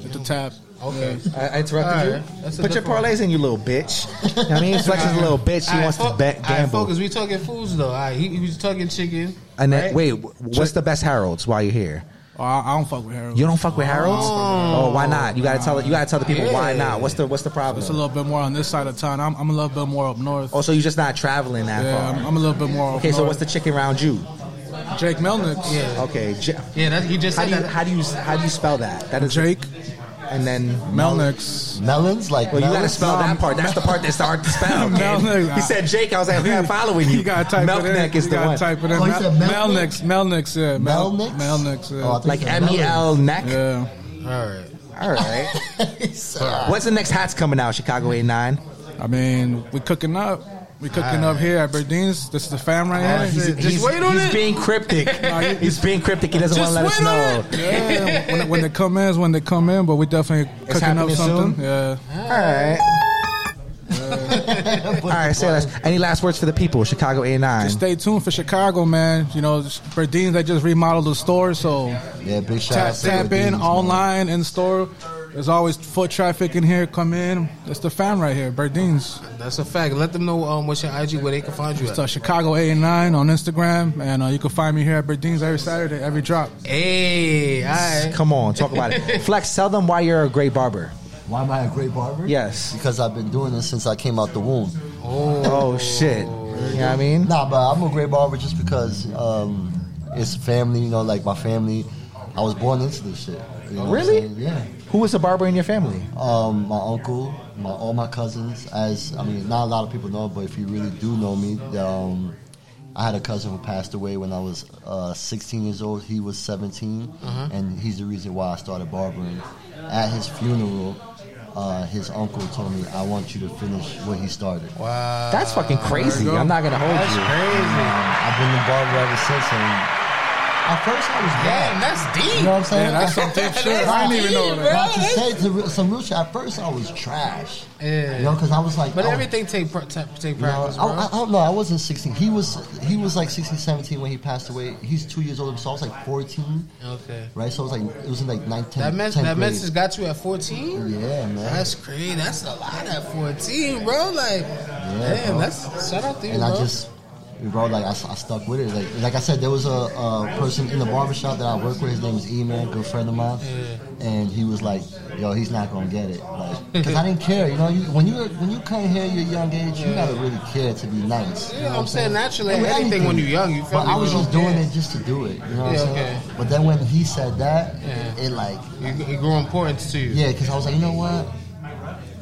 At the tap. Okay. I, I interrupted All right. you. That's a Put your different one. <laughs> parlays in, you little bitch. <laughs> You know what I mean, Flex is a little bitch. He All right, wants fo- to bet all right, gamble. focus. We talking foods though. All right, he, he was talking chicken. and then, right? wait, wh- what's the best Harold's while you're here? Oh, I, I don't fuck with Harold. You don't fuck with Harold's? Oh, why not? You gotta tell you gotta tell the people why Yeah. not. What's the what's the problem? It's a little bit more on this side of town. I'm, I'm a little bit more up <laughs> north. oh, so you're just not traveling that yeah, I'm, far. I'm a little bit more. Up okay, so north. what's the chicken round you? Jake Melnick's? Yeah. Okay, J- Yeah, that, he just how said do you that. how do you how do you spell that? That is Jake and then Melnick's. Melons, like Well, you gotta melons? spell that part. That's the part that's hard <laughs> to spell. kid. Melnick. He said Jake. I was like, okay, I'm following you. <laughs> You gotta type Milk it in. neck is you the gotta one. type it in. Oh, he Mel- said Mel- Melnick's. Melnick's. Yeah. Mel- Melnick's? Melnick's. Oh, I Yeah. thought Like you said M E L neck. yeah. All right. melons. Uh, What's the next hats coming out? Chicago 89. I mean, we cooking up. We cooking up here at Berdeen's. This is the fam right He's, here. he's- wait on he's it. being cryptic. <laughs> he's being cryptic. He doesn't want to let us know. Yeah, when, when they come in, is when they come in. But we definitely cooking up happening something. soon? Yeah. All right. <laughs> All right, say less. Any last words for the people? Chicago 89. Stay tuned for Chicago, man. You know, Berdeen's they just remodeled the store, so yeah, big shout tap out. to tap Dean's, in man. online in store. There's always foot traffic in here. Come in. That's the fam right here, Berdeen's. That's a fact. Let them know um, what's your IG where they can find you. At. So Chicago 89 on Instagram, and uh, you can find me here at Berdeen's every Saturday, every drop. Hey, all right. Come on, talk about it. Flex, tell them why you're a great barber. Why am I a great barber? Yes. Because I've been doing this since I came out the womb. Oh, shit. You know what I mean? Nah, but I'm a great barber just because um, it's family, you know, like my family. I was born into this shit. you know what I'm Really? saying? Yeah. Who was a barber in your family? Um, my uncle, my all my cousins. As I mean, not a lot of people know, but if you really do know me, um, I had a cousin who passed away when I was uh, 16 years old. He was 17, Uh-huh. and he's the reason why I started barbering. At his funeral, uh, his uncle told me, "I want you to finish what he started." That's fucking crazy. I'm not going to hold you. Um, I've been a barber ever since, and at first I was bad. Damn, that's You deep. know what I'm saying? Yeah, that's <laughs> some deep shit. I didn't even know that. Not to say to re- some real shit. At first, I was trash. Yeah. You know, because I was like, But I was- everything take pr- ta- take you know, practice, I, bro. I, I don't know. I wasn't 16. He was. He was like 16, 17 when he passed away. He's two years older, so I was like 14, okay. right? So I was like, it was in like 9, 10, That mess, 10th that grade. message got you at fourteen. Yeah, man. That's crazy. That's a lot at fourteen, bro. Like, damn, bro. that's shout out to you, and bro. I just, bro, like I, I stuck with it. Like, like I said, there was a, uh person in the barbershop that I work with. His name was E Man, good friend of mine. And he was like, "Yo, he's not gonna get it," like, because I didn't care. You know, you, when you when you come here, you're young age. You gotta really care to be nice. you yeah, know what I'm saying naturally, And with anything, anything. when you're young, you feel But I was just doing it. it just to do it. You know what Yeah, I'm saying? okay. But then when he said that, Yeah. it like, You, you grew importance to you. yeah, because I was like, you know what?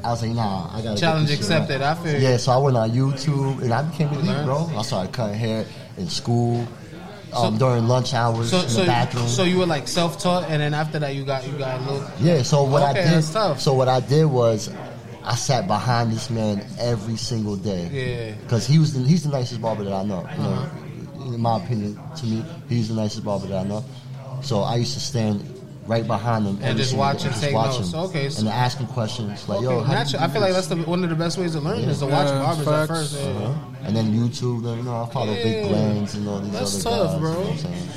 I was like, nah, I gotta Challenge get this shit accepted. right. I feel you. Yeah, so I went on YouTube and I became elite, Learn. bro. I started cutting hair in school, um, during lunch hours So, in so, the bathroom. so you were like self-taught, and then after that, you got you got a little. Yeah, so what Okay, I did that's tough. so what I did was I sat behind this man every single day. Yeah. Cuz he was the, he's the nicest barber that I know. You know, in my opinion to me, he's the nicest barber that I know. So I used to stand right behind him every just single watch day, and take watch notes. him Okay, so- And ask him questions like, "Yo, Okay, how do you natural. do I feel like this?" Uh-huh. that's the, one of the best ways to learn is to Yeah. watch Yeah, barbers at facts. first. yeah. And then YouTube, then, you know, I follow Big Yeah. Blends and all these That's other tough, guys. bro. You know what I'm saying?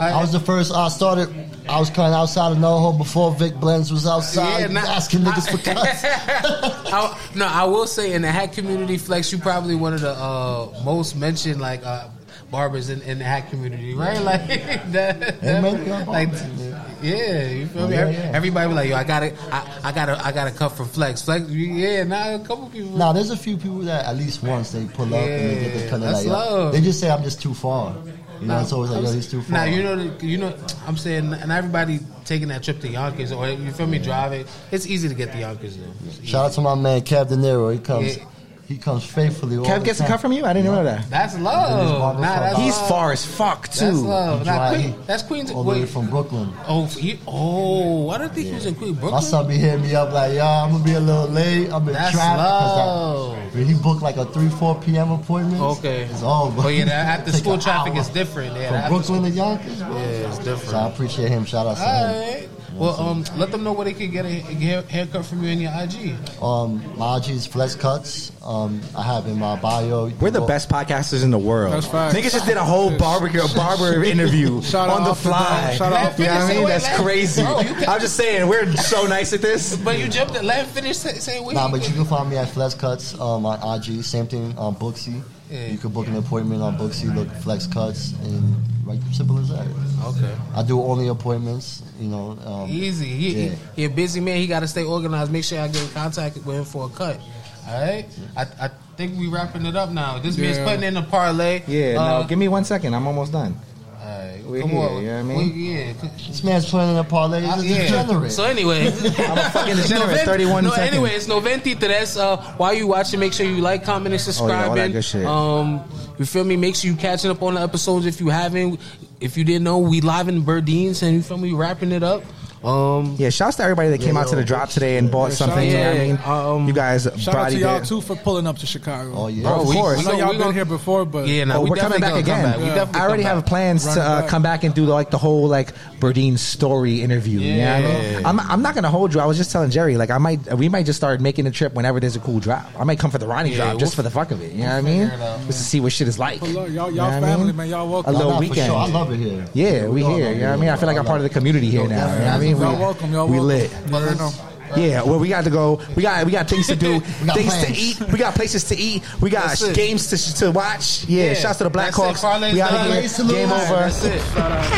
I- I was the first. I started. I was cutting outside of NoHo before Vic Blends was outside nah. asking niggas for cuts. <laughs> I- no, I will say in the hack community, Flex, you probably one of the uh, most mentioned like uh, barbers in, in the hack community, right? Like <laughs> that, Hey, man, that- you a barber, like, man. yeah, you feel me? Yeah, Every- yeah. Everybody be like, yo, I got to I, I got to I got to cut from Flex. Flex, you- yeah, now a couple people. Now there's a few people that at least once they pull up and they get Yeah, their cut. They're that's like, yo, love. They just say I'm just too far. You know, it's always like, I'm yo, s- he's too far. Now you know, that- you know. I'm saying, and everybody taking that trip to Yonkers, or you feel me, driving. It's easy to get to Yonkers though. It's easy. Shout out to my man Cap De Niro. He comes. Yeah. He comes faithfully. all Kev the gets a time. cut from you? I didn't know that. That's His love. barber Nah, shop that's out He's love. far as fuck That's too. love. Nah, Dry Queen, heat. that's Queens. all the way Wait. from Brooklyn. Oh, he, oh, I don't think he was in Queen My Brooklyn. son be hitting me up like, yo, I'm gonna be a little late. I'm in That's traffic. 'cause love. I- when he booked like a 3, 4 p.m. appointment. Okay. It's over. But Oh, yeah, that after Oh, <laughs> Take school an traffic hour is different. Yeah, From that- Brooklyn to Yonkers, bro. yeah, it's different. So I appreciate him. Shout out to All him. right. Well, um, let them know <laughs> where they can get a hair, haircut from you in your IG. Um, my IG is Flex Cuts. Um, I have in my bio. We're the best podcasters in the world. That's facts. Niggas just did a whole barbecue barber interview Shout on out the to them. fly. Shout out you to know what I them. mean? That's crazy. Bro, you can- I'm just saying, we're so nice at this. But you jumped it. Let him finish say- saying what Nah, he but you can find me at Flex Cuts um, on IG. Same thing on Booksy. You can book an appointment on Booksy. Look, Flex Cuts, and right, simple as that. Okay. I do only appointments. You know, um, Easy. He, Yeah. he, he a busy man. He got to stay organized. Make sure I get in contact with him for a cut. All right. I, I think we wrapping it up now. This man's Yeah. putting in a parlay. Yeah, Uh, no, give me one second. I'm almost done. all right. We're Come here, on. you know what I mean? We- yeah. c- This man's playing a parlay. He's I- a yeah. degenerate. So anyway, I'm <laughs> a <laughs> fucking degenerate, 31 no, seconds. anyway, it's Noventitres. Uh, while you watching, make sure you like, comment, and Oh, all that subscribe. good shit. Um, you feel me? Make sure you catching up on the episodes if you haven't. If you didn't know, we live in Burdines, and you feel me? Wrapping it up. Um, Yeah, shouts to everybody that came out to the drop today and bought something. shout you know out what I mean? to- um, you guys Shout out to body y'all that. too for pulling up to Chicago. oh yeah. Bro, of we- I course. we know gonna- y'all we been gonna- here before, but yeah, nah, Oh, we we're coming definitely back gonna come again. back. We definitely I already come have plans Run to it uh, back. come back and do like the whole like Burdine story interview. You know what I mean? I'm, I'm not gonna hold you. I was just telling Jerry like I might we might just start making the trip whenever there's a cool drop. I might come for the Ronnie drop we'll- just for the fuck of it. You know what I mean? figure it out, Just to see what shit is like. But look, y'all- y'all You know what I family, mean? man. Y'all A welcome. little Nah, for weekend. sure. I love it here. Yeah, we all here. love it You know what I mean? I bro. feel like I'm part of the community here now. You know what I mean? Y'all We- welcome. Y'all We welcome. lit. You already know. Yeah, well, we got to go. We got we got things <laughs> to do, got things to plans. eat. We got places to eat. We got That's it. games to, to watch. Yeah, Yeah, shouts to the that's it. Blackhawks. Parlay's We out done. here. Race to lose. Game over. That's it.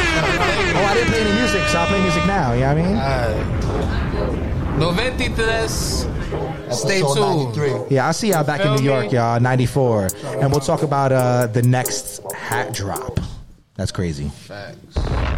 Oh, I didn't play any music, so I play music now. You know what I mean? Noventitres. Stay Episode tuned. 93. yeah, I'll see y'all back in Feel New York, me? y'all. 94. And we'll talk about uh, the next hat drop. That's crazy. Facts.